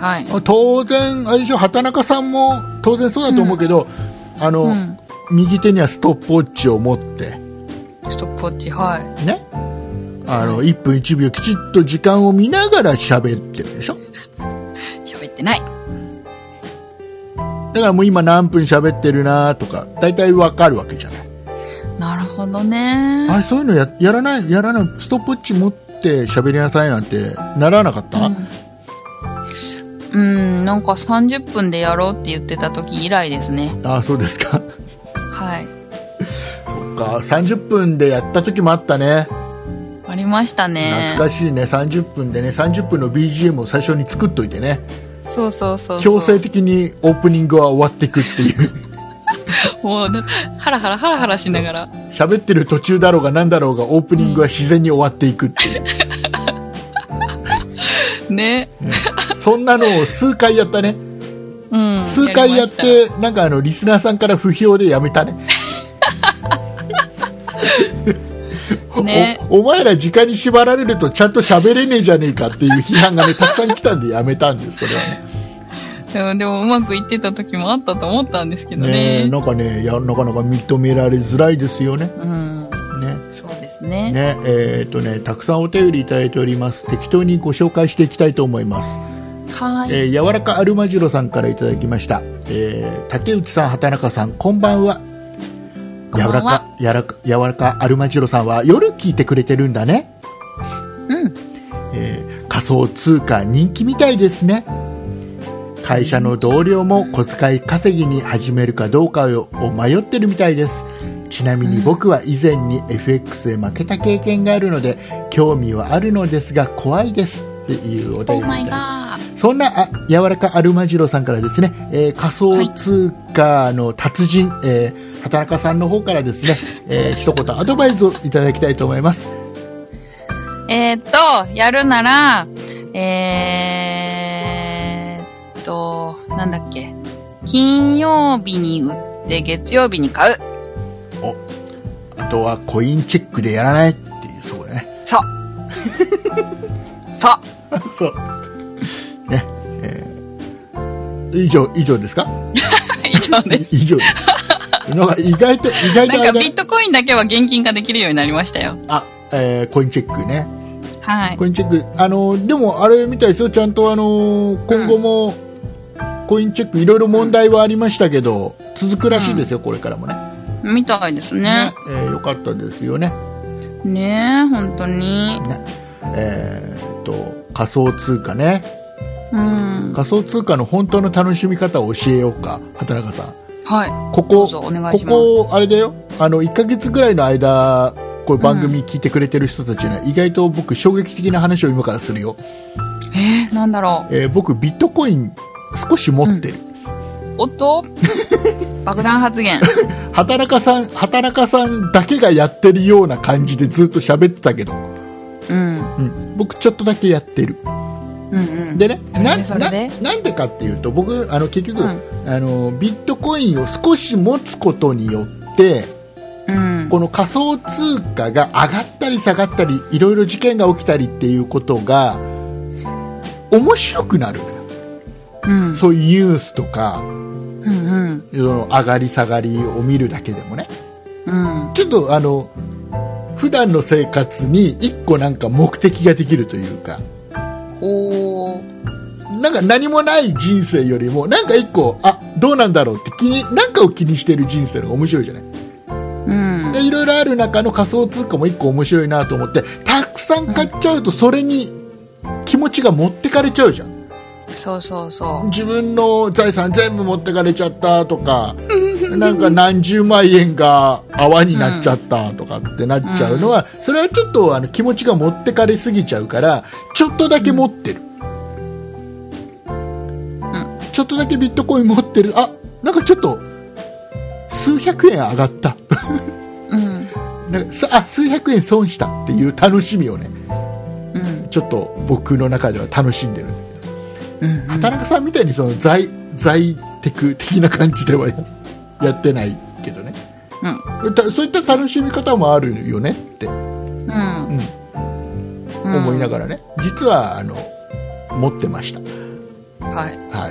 Speaker 1: はい。
Speaker 2: 当然あれでしょ畑中さんも当然そうだと思うけど、あの、
Speaker 1: うん。
Speaker 2: 右手にはストップウォッチを持って
Speaker 1: ストップウォッチ、はい。
Speaker 2: ねあの1分1秒きちっと時間を見ながら喋ってるでしょ
Speaker 1: 喋ってない。
Speaker 2: だからもう今何分喋ってるなとか大体わかるわけじゃない
Speaker 1: なるほどね。
Speaker 2: あれそういうのややらないやらないストップウォッチ持って喋りなさいなんてならなかった、
Speaker 1: うん、なんか30分でやろうって言ってた時以来ですね。
Speaker 2: ああそうですか
Speaker 1: はい。
Speaker 2: そっか30分でやった時もあったね
Speaker 1: ありましたね。
Speaker 2: 懐かしいね30分でね30分の BGM を最初に作っといてね
Speaker 1: そうそうそうそう。
Speaker 2: 強制的にオープニングは終わっていくっていう
Speaker 1: もう、ハラハラハラハラしながら。
Speaker 2: 喋ってる途中だろうが何だろうがオープニングは自然に終わっていくっ ていう、
Speaker 1: ね。
Speaker 2: そんなのを数回やったね
Speaker 1: うん。
Speaker 2: 数回やっ
Speaker 1: りま
Speaker 2: てなんかあのリスナーさんから不評でやめたね
Speaker 1: ね
Speaker 2: おお前ら時間に縛られるとちゃんと喋れねえじゃねえかっていう批判がねたくさん来たんでやめたんですそれはね
Speaker 1: した。うんでも、うまくいってた時もあったと思ったんですけど
Speaker 2: ね
Speaker 1: ね。
Speaker 2: えなんかねいやなかなか認められづらいですよね
Speaker 1: うん。
Speaker 2: ね
Speaker 1: そうですね。
Speaker 2: ねえーっとねたくさんお便りいただいております適当にご紹介していきたいと思います、
Speaker 1: はい、
Speaker 2: えー柔らかアルマジロさんからいただきました、えー竹内さん畑中さんこんばんは
Speaker 1: こんばんは
Speaker 2: 柔らか柔らか柔らかアルマジロさんは夜聞いてくれてるんだね、
Speaker 1: うん。
Speaker 2: えー仮想通貨人気みたいですね会社の同僚も小遣い稼ぎに始めるかどうかを迷ってるみたいですちなみに僕は以前に FX へ負けた経験があるので興味はあるのですが怖いですっていうお便
Speaker 1: オー
Speaker 2: りみた
Speaker 1: マ
Speaker 2: い
Speaker 1: イ
Speaker 2: な
Speaker 1: ガー。
Speaker 2: そんなあ柔らかアルマジロさんからですね、えー仮想通貨の達人、えー畑中さんの方からですね、えー一言アドバイスをいただきたいと思います
Speaker 1: えーっと、やるなら、えーっと、なんだっけ。金曜日に売って月曜日に買う。
Speaker 2: あとはコインチェックでやらないっていうそうだね
Speaker 1: そう。そう。
Speaker 2: そう。ね、えー以上、以上ですか
Speaker 1: 以上です。
Speaker 2: 以 上です。のが意外と、意外と
Speaker 1: な
Speaker 2: あ
Speaker 1: んかビ
Speaker 2: れ
Speaker 1: ットコインだけは現金化できるようになりましたよ。
Speaker 2: あ、えーコインチェックね。
Speaker 1: はい。
Speaker 2: コインチェック、あのーでもあれみたいですよ、ちゃんと、あのー今後も、コインチェック、いろいろ問題はありましたけど、続くらしいですよ、これからもね。
Speaker 1: みたいですね。
Speaker 2: えーよかったですよね。
Speaker 1: ねえ、本当に。
Speaker 2: えーっと、仮想通貨ね。
Speaker 1: うん。
Speaker 2: 仮想通貨の本当の楽しみ方を教えようか、畑中さん。
Speaker 1: は
Speaker 2: こ
Speaker 1: い。ど
Speaker 2: こ
Speaker 1: う、ぞお願い
Speaker 2: こ
Speaker 1: します。
Speaker 2: こ、あれだよ。あの、1ヶ月ぐらいの間、これ番組聞いてくれてる人たちには、意外と僕、衝撃的な話を今からするよ。
Speaker 1: えー、なんだろ
Speaker 2: えー僕、ビットコイン少し持ってる。
Speaker 1: う。おっ と爆弾発言。
Speaker 2: 畑中さん、畑中さんだけがやってるような感じでずっと喋ってたけど、
Speaker 1: うん。
Speaker 2: うん、僕ちょっとだけやってる。
Speaker 1: うんうん。
Speaker 2: でね、
Speaker 1: それ
Speaker 2: な
Speaker 1: でそれ
Speaker 2: な
Speaker 1: で
Speaker 2: なんでかっていうと、僕、あの結局、
Speaker 1: うん
Speaker 2: あの、ビットコインを少し持つことによって、
Speaker 1: うん。
Speaker 2: この仮想通貨が上がったり下がったり、いろいろ事件が起きたりっていうことが、面白くなるのよ。
Speaker 1: うん。
Speaker 2: そういうニュースとか、
Speaker 1: うんうん。
Speaker 2: その上がり下がりを見るだけでもね。
Speaker 1: うん。
Speaker 2: ちょっとあの普段の生活に一個なんか目的ができるというか
Speaker 1: ほー。
Speaker 2: なんか何もない人生よりもなんか一個あどうなんだろうって気になんかを気にしてる人生の方が面白いじゃない
Speaker 1: うん。
Speaker 2: でいろいろある中の仮想通貨も一個面白いなと思ってたくさん買っちゃうとそれに気持ちが持ってかれちゃうじゃん
Speaker 1: そうそうそ
Speaker 2: 自分の財産全部持ってかれちゃったとかなんか何十万円が泡になっちゃったとかってなっちゃうのは、それはちょっとあの気持ちが持ってかれすぎちゃうからちょっとだけ持ってる、
Speaker 1: ん
Speaker 2: ちょっとだけビットコイン持ってるあなんかちょっと数百円上がった
Speaker 1: う。うん。
Speaker 2: なんかさあ数百円損したっていう楽しみをね
Speaker 1: うん。
Speaker 2: ちょっと僕の中では楽しんでるんだけど
Speaker 1: うん。
Speaker 2: 畑中さんみたいにその財財テク的な感じではややってないけどね
Speaker 1: うん。
Speaker 2: たそういった楽しみ方もあるよねって
Speaker 1: うん。うん
Speaker 2: 思いながらね、実はあの持ってました、
Speaker 1: はい。
Speaker 2: は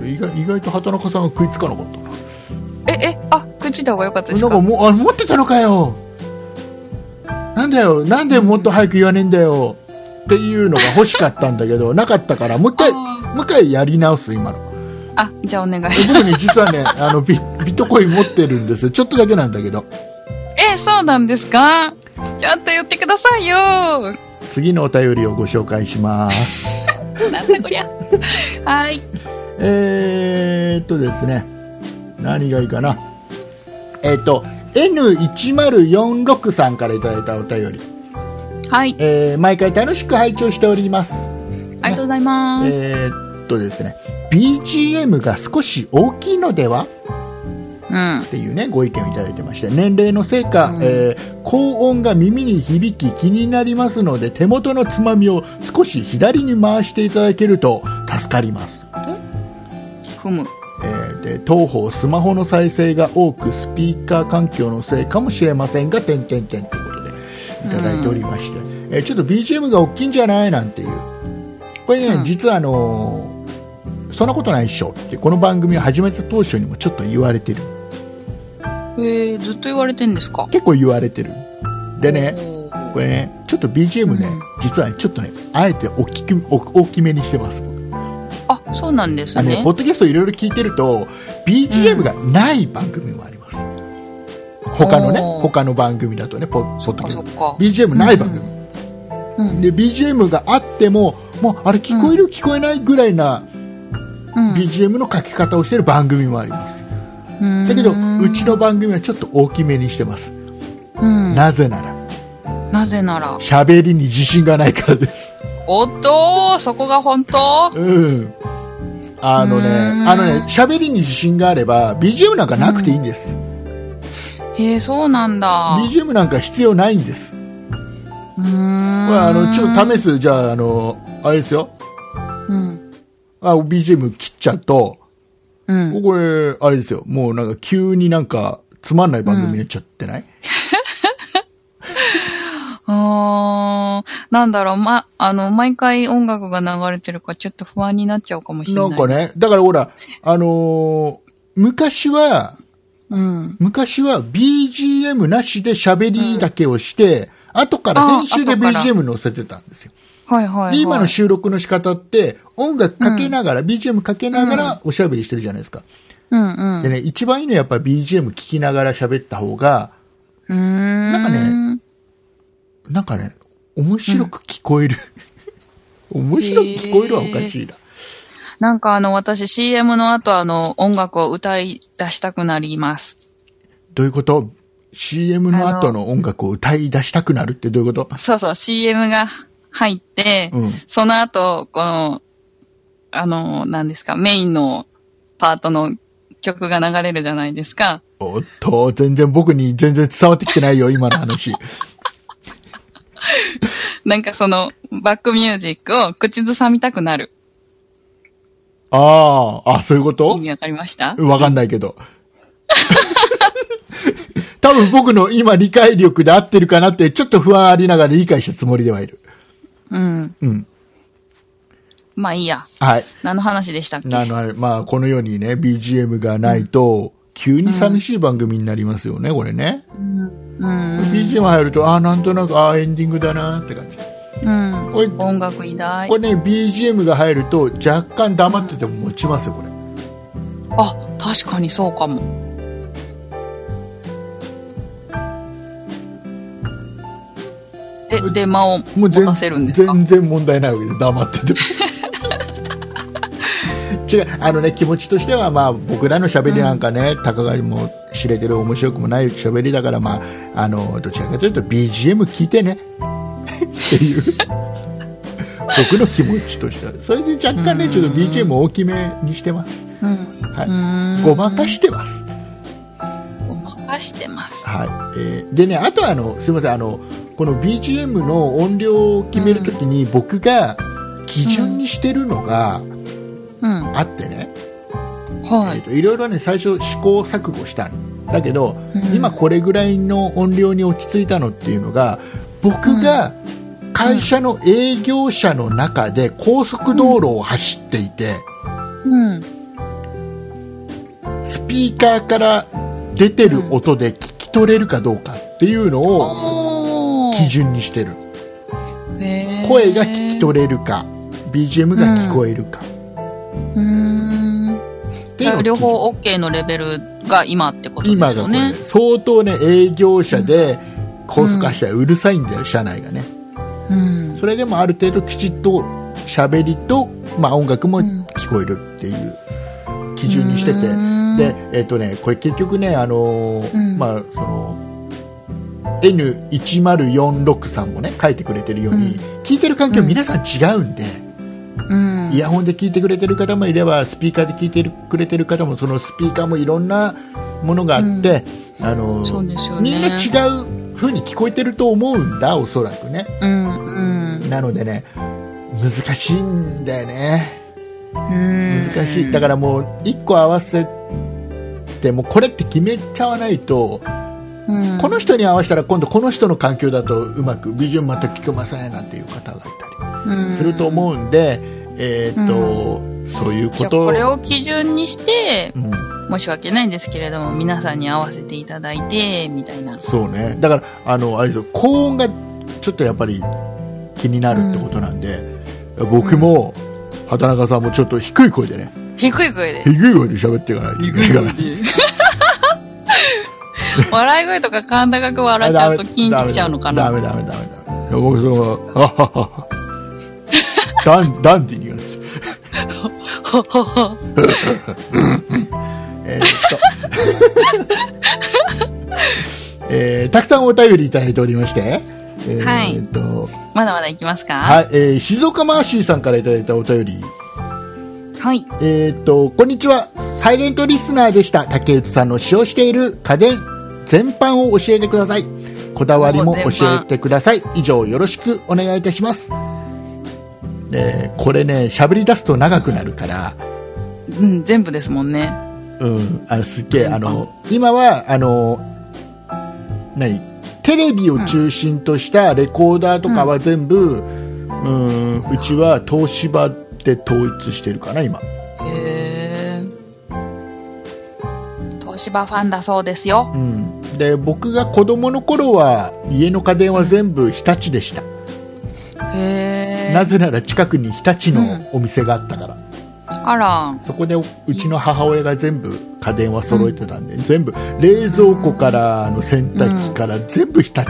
Speaker 2: い、意外意外と畑中さんが食いつかなかったな
Speaker 1: え、え、あ、くっついた方が良かったです
Speaker 2: なん
Speaker 1: か
Speaker 2: かもうあ持ってたのかよなんだよなんでもっと早く言わねえんだよ、っていうのが欲しかったん だけどなかったからもう一回も
Speaker 1: あ
Speaker 2: う一回やり直す今の
Speaker 1: ーあ、じゃあお願いします。
Speaker 2: 僕ね実はねあのビビットコイン持ってるんですよちょっとだけなんだけど
Speaker 1: え、そうなんですかちゃんと言ってくださいよ
Speaker 2: 次のお便りをご紹介します
Speaker 1: なんだこりゃ。はい。
Speaker 2: えーっとですね何がいいかなえーっと N1046 さんからいただいたお便り、
Speaker 1: はい。
Speaker 2: えー毎回楽しく拝聴しております
Speaker 1: ありがとうございます。
Speaker 2: えーっとですね BGM が少し大きいのでは
Speaker 1: うん
Speaker 2: っ。ていうねご意見をいただいてまして年齢のせいか、
Speaker 1: うん
Speaker 2: えー高音が耳に響き気になりますので手元のつまみを少し左に回していただけると助かります、
Speaker 1: ふむ。
Speaker 2: えーで当方スマホの再生が多くスピーカー環境のせいかもしれませんが点々点ということでいただいておりまして、えーちょっと BGM が大きいんじゃないなんていうこれね、
Speaker 1: うん
Speaker 2: 実はあのーそんなことないっしょってこの番組を始めた当初にもちょっと言われてる
Speaker 1: えー、ずっと言われてんですか
Speaker 2: 結構言われてるでね、
Speaker 1: おー
Speaker 2: これねちょっと BGM ね、
Speaker 1: うん
Speaker 2: 実はちょっとねあえて大きくお大きめにしてます僕
Speaker 1: あ、そうなんです
Speaker 2: あのね
Speaker 1: ね
Speaker 2: ポ。ッドキャストいろいろ聞いてると BGM がない番組もあります、他のね
Speaker 1: おー
Speaker 2: 他の番組だとねポポッ
Speaker 1: そ
Speaker 2: ド
Speaker 1: っ
Speaker 2: キ
Speaker 1: かそ
Speaker 2: ャ
Speaker 1: っ
Speaker 2: ス
Speaker 1: か
Speaker 2: ト。BGM ない番組、
Speaker 1: うん。
Speaker 2: で BGM があってももうあれ聞こえる、聞こえないぐらいな
Speaker 1: うん。
Speaker 2: BGM の書き方をしてる番組もあります、
Speaker 1: うん
Speaker 2: だけどうち。の番組はちょっと大きめにしてます、
Speaker 1: うん。
Speaker 2: なぜなら
Speaker 1: なぜなら。
Speaker 2: 喋りに自信がないからです
Speaker 1: おっとーそこが本当
Speaker 2: うん。あの
Speaker 1: うー
Speaker 2: ね、
Speaker 1: ん
Speaker 2: あのね、喋りに自信があれば、BGM なんかなくていいんです。
Speaker 1: へえ、そうなんだ。う
Speaker 2: BGM なんか必要ないんです。こ
Speaker 1: ーん。
Speaker 2: れあの、ちょっと試す、じゃあ、あの、あれですよ。
Speaker 1: うん。
Speaker 2: あ、BGM 切っちゃうと、
Speaker 1: うん。
Speaker 2: これ、あれですよ。もうなんか急になんか、つまんない番組になっちゃってない、
Speaker 1: あー、なんだろう、ま、あの、毎回音楽が流れてるからちょっと不安になっちゃうかもしれ
Speaker 2: な
Speaker 1: ない。
Speaker 2: んかね、だからほら、あのー昔は、
Speaker 1: うん。
Speaker 2: 昔は BGM なしで喋りだけをして、後から編集で
Speaker 1: あ後から
Speaker 2: BGM 載せてたんですよ。
Speaker 1: はいはい、はい。
Speaker 2: で、今の収録の仕方って、音楽かけながら、BGM かけながらおしゃべりしてるじゃないですか。
Speaker 1: うんうん。
Speaker 2: でね、一番いいのはやっぱ BGM 聞きながら喋った方が、
Speaker 1: うーん。
Speaker 2: なんかなんかね、面白く聞こえる。 面白く聞こえるはおかしいな。
Speaker 1: なんかあの、私 CM の後あの、音楽を歌い出したくなります。
Speaker 2: どういうこと ?CM の後の音楽を歌い出したくなるってどういうこと
Speaker 1: そうそう、CM が入って、
Speaker 2: うん。
Speaker 1: その後、この、あの、何ですか、メインのパートの曲が流れるじゃないですか。
Speaker 2: おっと、全然僕に全然伝わってきてないよ、今の 話。
Speaker 1: なんかその、バックミュージックを口ずさみたくなる。
Speaker 2: ああ、あ、そういうこ
Speaker 1: 意
Speaker 2: と
Speaker 1: 味わかりました
Speaker 2: わかんないけど。多分僕の今理解力で合ってるかなって、ちょっと不安ありながら理解したつもりではいる。
Speaker 1: うん。
Speaker 2: うん。
Speaker 1: まあいいや。
Speaker 2: はい。
Speaker 1: 何の話でしたっけ
Speaker 2: なので、まあ、このようにね、BGM がないと、急に寂しい番組になりますよね、これね。
Speaker 1: うん。
Speaker 2: BGM 入ると、ああ、なんとなく、ああ、エンディングだなって感じ。
Speaker 1: うん。
Speaker 2: これ、
Speaker 1: 音楽偉大
Speaker 2: こ。れね、BGM が入ると、若干黙ってても持ちますよ、これ。
Speaker 1: あ、確かにそうかも。で、で、間を
Speaker 2: も
Speaker 1: 持
Speaker 2: う全
Speaker 1: たせるんですか
Speaker 2: 全然問題ないわけです 黙ってても違うあのね気持ちとしてはまあ僕らの喋りなんかね、たかがも知れてる面白くもない喋りだからまああのどちらかというと BGM 聞いてねっていう僕の気持ちとしてはそれで若干ねちょっと BGM 大きめにしてます、
Speaker 1: うん。
Speaker 2: は
Speaker 1: う
Speaker 2: い、
Speaker 1: ーん。
Speaker 2: ごまかしてます
Speaker 1: ごまかしてます。
Speaker 2: はいえーでね、あとはあのすみませんあのこの BGM の音量を決めるときに僕が基準にしてるのが
Speaker 1: うん。
Speaker 2: あってね、
Speaker 1: はい
Speaker 2: えー
Speaker 1: い。
Speaker 2: といろいろね最初試行錯誤したんだけど、
Speaker 1: うん
Speaker 2: 今これぐらいの音量に落ち着いたのっていうのが僕が会社の営業者の中で高速道路を走っていて、
Speaker 1: うん。
Speaker 2: スピーカーから出てる音で聞き取れるかどうかっていうのを
Speaker 1: お
Speaker 2: 基準にしてる。声が聞き取れるか BGM が聞こえるか、
Speaker 1: れうーん。
Speaker 2: っ
Speaker 1: じ
Speaker 2: て
Speaker 1: ゃ
Speaker 2: いうの
Speaker 1: あ
Speaker 2: を
Speaker 1: 両方 OK のレベルが今ってことです
Speaker 2: 今が
Speaker 1: よ
Speaker 2: これ
Speaker 1: ね。
Speaker 2: 相当ね営業者で高速化したらうるさいんだよ、車内がね
Speaker 1: うん。
Speaker 2: それでもある程度きちっと喋りと、まあ、音楽も
Speaker 1: うん
Speaker 2: 聞こえるっていう基準にしてて、でえっ、とねこれ結局ねあのー
Speaker 1: うん
Speaker 2: まあその N1046 さんもね書いてくれてるように、
Speaker 1: うん
Speaker 2: 聞いてる環境皆さん違うんで、
Speaker 1: うん、
Speaker 2: イヤホンで聞いてくれてる方もいればスピーカーで聞いてるくれてる方もそのスピーカーもいろんなものがあって、あの
Speaker 1: そうですよね。
Speaker 2: みんな違う風に聞こえてると思うんだおそらくね
Speaker 1: うん、
Speaker 2: なのでね難しいんだよね
Speaker 1: うん。
Speaker 2: 難しいだからもう1個合わせてもうこれって決めちゃわないと
Speaker 1: ら、うん、
Speaker 2: この人に合わせたら今度この人の環境だとうまく BGM 全く聞けませんなんていう方がいたりすると
Speaker 1: うん。
Speaker 2: 思うんで、えーっと、そういう
Speaker 1: じ
Speaker 2: こ
Speaker 1: ゃあ
Speaker 2: とを
Speaker 1: これを基準にして、
Speaker 2: うん
Speaker 1: 申し訳ないんですけれども、皆さんに合わせていただいて、みたいな。
Speaker 2: そうねだからあのあれですよ高音がちょっとやっぱり気になるってことなんで、僕も畑中さんもちょっと低い声でね
Speaker 1: 低い声で。
Speaker 2: 低い声で喋っていかないといけないから
Speaker 1: で。笑い声とか甲高く笑っちゃうとキーンときちゃうのかな
Speaker 2: ダメダメダメダメダメ僕そのあはははダンダンディーに言われて
Speaker 1: ほほほ
Speaker 2: えーっと えーたくさんお便りいただいておりましてえ
Speaker 1: はい
Speaker 2: ーっと
Speaker 1: まだまだいきますか
Speaker 2: はい、えー静岡マーシーさんからいただいたお便り
Speaker 1: はい。
Speaker 2: えーっと、こんにちは。サイレントリスナーでした。竹内さんの使用している家電全般を教えてください。こだわりも
Speaker 1: お全
Speaker 2: 教
Speaker 1: 般
Speaker 2: えてください。以上、よろしくお願いいたします。えーこれね、喋り出すと長くなるから、
Speaker 1: うん、全部ですもんね。
Speaker 2: うん、あのすっげえ、
Speaker 1: 全般
Speaker 2: あの、今は、あの、何テレビを中心としたレコーダーとかは全部、うーんうちは東芝で統一してるかな今
Speaker 1: へー東芝ファンだそうですよ。
Speaker 2: うん、で僕が子供の頃は家の家電は全部日立でした、
Speaker 1: へ
Speaker 2: な
Speaker 1: え。
Speaker 2: ぜなら近くに日立のお店があったから、
Speaker 1: あら。
Speaker 2: そこでうちの母親が全部家電は揃えてたんで、全部冷蔵庫からあの洗濯機から全部日立、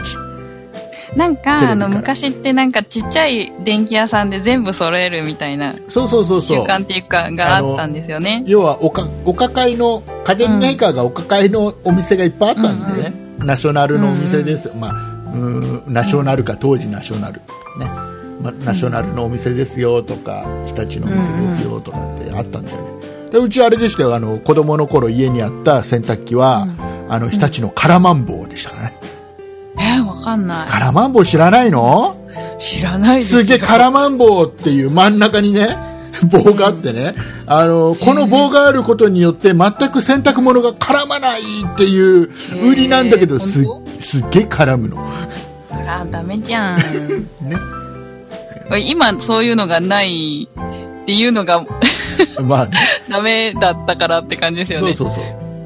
Speaker 1: なん
Speaker 2: テレビ
Speaker 1: か、
Speaker 2: から
Speaker 1: あの、昔ってなんかちっちゃい電気屋さんで全部揃えるみたいな
Speaker 2: そうそうそう
Speaker 1: 習
Speaker 2: そう
Speaker 1: 慣っていうか、があったんですよね。
Speaker 2: 要はおかお抱えの家電メーカーがお抱えのお店がいっぱいあったんでね、ナショナルのお店です、まあ、うーんナショナルか当時ナショナル、ねまあ、ナショナルのお店ですよとか日立のお店ですよとかってあったんだよねでうちあれでしたよあの子供の頃家にあった洗濯機は、あの日立のカラマンボウでしたからね、
Speaker 1: えー、わかんな
Speaker 2: カラマンボウ知らないの
Speaker 1: い。知らないです
Speaker 2: す
Speaker 1: よ。
Speaker 2: げえカラマン棒っていう真ん中にね棒があってね、あのこの棒があることによって全く洗濯物が絡まないっていう売りなんだけ
Speaker 1: へ
Speaker 2: ど
Speaker 1: ー
Speaker 2: す
Speaker 1: 本
Speaker 2: すっげえ絡 むの、
Speaker 1: あら、ダメじゃん。
Speaker 2: ね
Speaker 1: 今、そういうのがないっていうのが
Speaker 2: まあね、
Speaker 1: ダメだったからって感じですよ
Speaker 2: そう
Speaker 1: ね。
Speaker 2: そうそう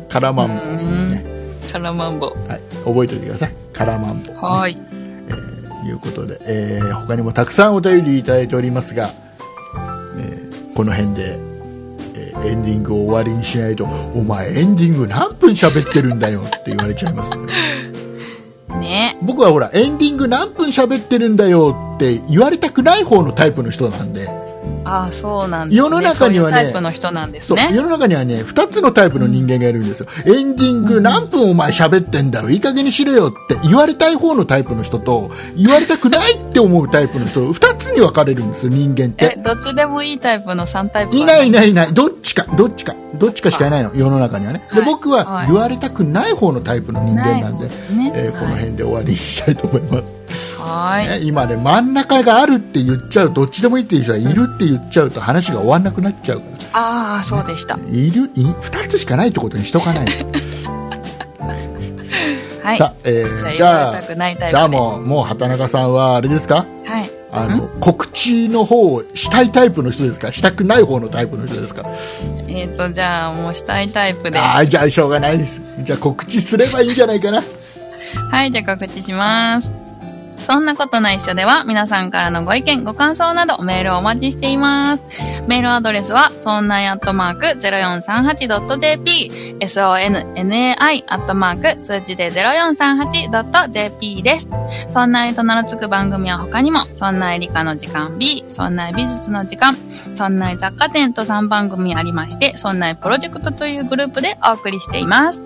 Speaker 2: カラマン棒、
Speaker 1: うんカラマンボ。
Speaker 2: はい、覚えておいてくださいカラマン棒
Speaker 1: はーい。
Speaker 2: ということで、えー他にもたくさんお便りいただいておりますが、えーこの辺で、えーエンディングを終わりにしないと「お前エンディング何分喋ってるんだよ」って言われちゃいますので
Speaker 1: ね。
Speaker 2: 僕はほらエンディング何分喋ってるんだよって言われたくない方のタイプの人なんで、
Speaker 1: ああ、そうなんです、ね。
Speaker 2: 世の中にはね
Speaker 1: そういうタイプの人なんです
Speaker 2: そう
Speaker 1: ね。
Speaker 2: 世の中にはね2つのタイプの人間がいるんですよ、エンディング何分お前喋ってんだよいい加減にしろよって言われたい方のタイプの人と言われたくないって思うタイプの人2つに分かれるんですよ人間っ
Speaker 1: え、
Speaker 2: て
Speaker 1: どっちでもいいタイプの3タイプ
Speaker 2: い
Speaker 1: は
Speaker 2: ないいないいないどっちかどっちかどっちかしかいないの世の中にはねで
Speaker 1: はい
Speaker 2: 僕
Speaker 1: は
Speaker 2: はい言われたくない方のタイプの人間な
Speaker 1: ない
Speaker 2: んで
Speaker 1: 方ですね
Speaker 2: えーこの辺で終わりにしたいと思います、
Speaker 1: はーい。
Speaker 2: ね今ね真ん中があるって言っちゃうどっちでもいいっていう人はいるって言っちゃうと話が終わんなくなっちゃうか
Speaker 1: ああ、そうでした。
Speaker 2: らいるい2つしかないってことにしとかないと、
Speaker 1: はい。
Speaker 2: さあ、えーじ
Speaker 1: 言
Speaker 2: ゃ
Speaker 1: わ
Speaker 2: あ
Speaker 1: れたくないタイプで
Speaker 2: じゃあもうもう畑中さんはあれですか
Speaker 1: はい。
Speaker 2: あの告知の方をしたいタイプの人ですかしたくない方のタイプの人ですか
Speaker 1: えっ、ー、と、じゃあ、もうしたいタイプで。
Speaker 2: あ
Speaker 1: は、
Speaker 2: あじゃあしょうがないですじゃあ告知すればいいんじゃないかない
Speaker 1: じゃあ告知します。そんなことないっしょでは、皆さんからのご意見、ご感想などメールをお待ちしています。メールアドレスは、そんないアットマーク 0438.jp、sonnai アットマーク数字で 0438.jp です。そんないと名の付く番組は他にも、そんない理科の時間 B、そんない美術の時間、そんない雑貨店と3番組ありまして、そんないプロジェクトというグループでお送りしています。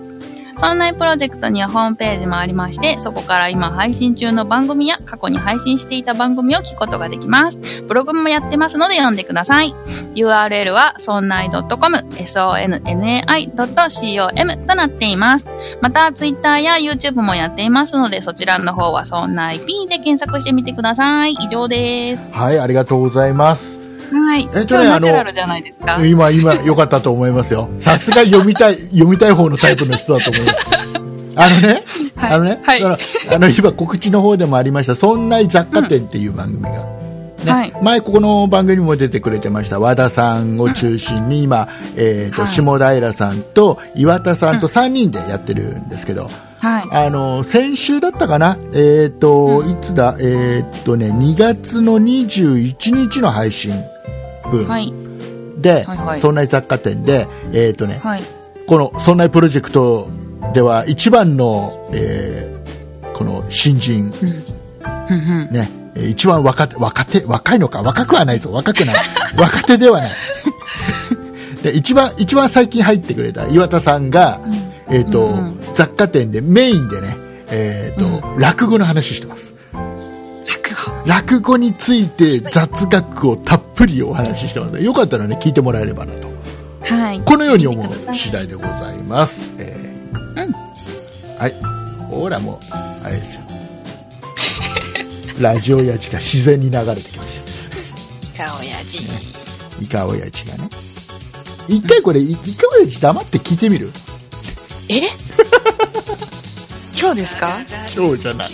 Speaker 1: そんないプロジェクトにはホームページもありまして、そこから今配信中の番組や過去に配信していた番組を聞くことができます。ブログもやってますので読んでください。URL はそんない .com、sonnai.com となっています。また、Twitter や YouTube もやっていますので、そちらの方はそんない P で検索してみてください。以上です。
Speaker 2: はいありがとうございます
Speaker 1: はい。
Speaker 2: えっと
Speaker 1: 今日
Speaker 2: ねあの
Speaker 1: ナチュラルじゃないですか。
Speaker 2: 今今良かったと思いますよさすが読みたい読みたい方のタイプの人だと思いますあのね、
Speaker 1: はい
Speaker 2: あのね、
Speaker 1: はい
Speaker 2: だか らあの今告知の方でもありました「そんな雑貨店」っていう番組が、ね
Speaker 1: はい
Speaker 2: 前ここの番組にも出てくれてました和田さんを中心に今、えーと
Speaker 1: はい
Speaker 2: 下平さんと岩田さんと3人でやってるんですけど、
Speaker 1: はい。
Speaker 2: あの先週だったかな、えーといつだ、えーとね、2月の21日の配信分、
Speaker 1: はい。
Speaker 2: で、
Speaker 1: はいはい
Speaker 2: そんな雑貨店で、えーとね
Speaker 1: はい。
Speaker 2: この「そんなプロジェクト」では一番の、えーこの新人、
Speaker 1: うんうん。
Speaker 2: ね、えー一番若手若手若いのか若くはないぞ若くない 若手ではないで一番一番最近入ってくれた岩田さんが、えーと
Speaker 1: うん
Speaker 2: 雑貨店でメインでね、えーと落語の話してます
Speaker 1: 落語。
Speaker 2: 落語について雑学をたっぷりお話ししてますよかったらね聞いてもらえればなと
Speaker 1: はい。
Speaker 2: このように思う次第でございます。えー
Speaker 1: うん
Speaker 2: はい。ほらもう、あれですよ。ラジオやじが自然に流れてきまし
Speaker 1: 顔やじ。
Speaker 2: た。イカオヤジがね。一回これ、イイカオヤジ黙って聞いてみる
Speaker 1: え今日ですか
Speaker 2: 今日じゃない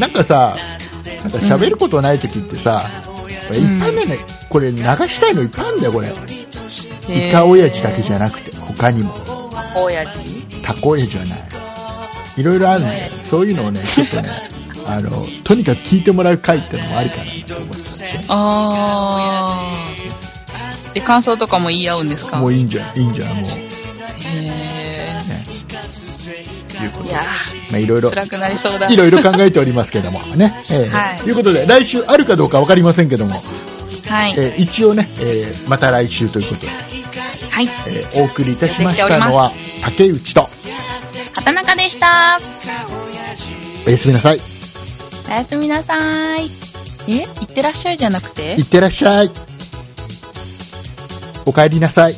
Speaker 2: なんかさなんか喋ることない時ってさ、いっぱいね、これ流したいのいっぱいあるんだよこれ、 イカ親父だけじゃなくて他にも
Speaker 1: ゃ親父
Speaker 2: タコ親父はないいろいろあるんだよそういうのをねちょっとね あのとにかく聞いてもらう回ってのもありかなと思ってたんですよ
Speaker 1: あーで感想とかも言い合うんですか
Speaker 2: もういいんじゃんいいんじゃんもう
Speaker 1: へ
Speaker 2: ねいうこと
Speaker 1: ーい
Speaker 2: で
Speaker 1: や
Speaker 2: まあいろいろ
Speaker 1: ー辛くなりそうだ
Speaker 2: いろいろ考えておりますけどもね、えー
Speaker 1: はい
Speaker 2: ということで来週あるかどうか分かりませんけども、
Speaker 1: はい、
Speaker 2: えー一応ね、えーまた来週ということで
Speaker 1: はい、
Speaker 2: えーお送りいたしましたのは竹内と
Speaker 1: 畑中でした
Speaker 2: おやすみなさい
Speaker 1: おやすみなさいえいってらっしゃいじゃなくて
Speaker 2: いってらっしゃいおかえりなさい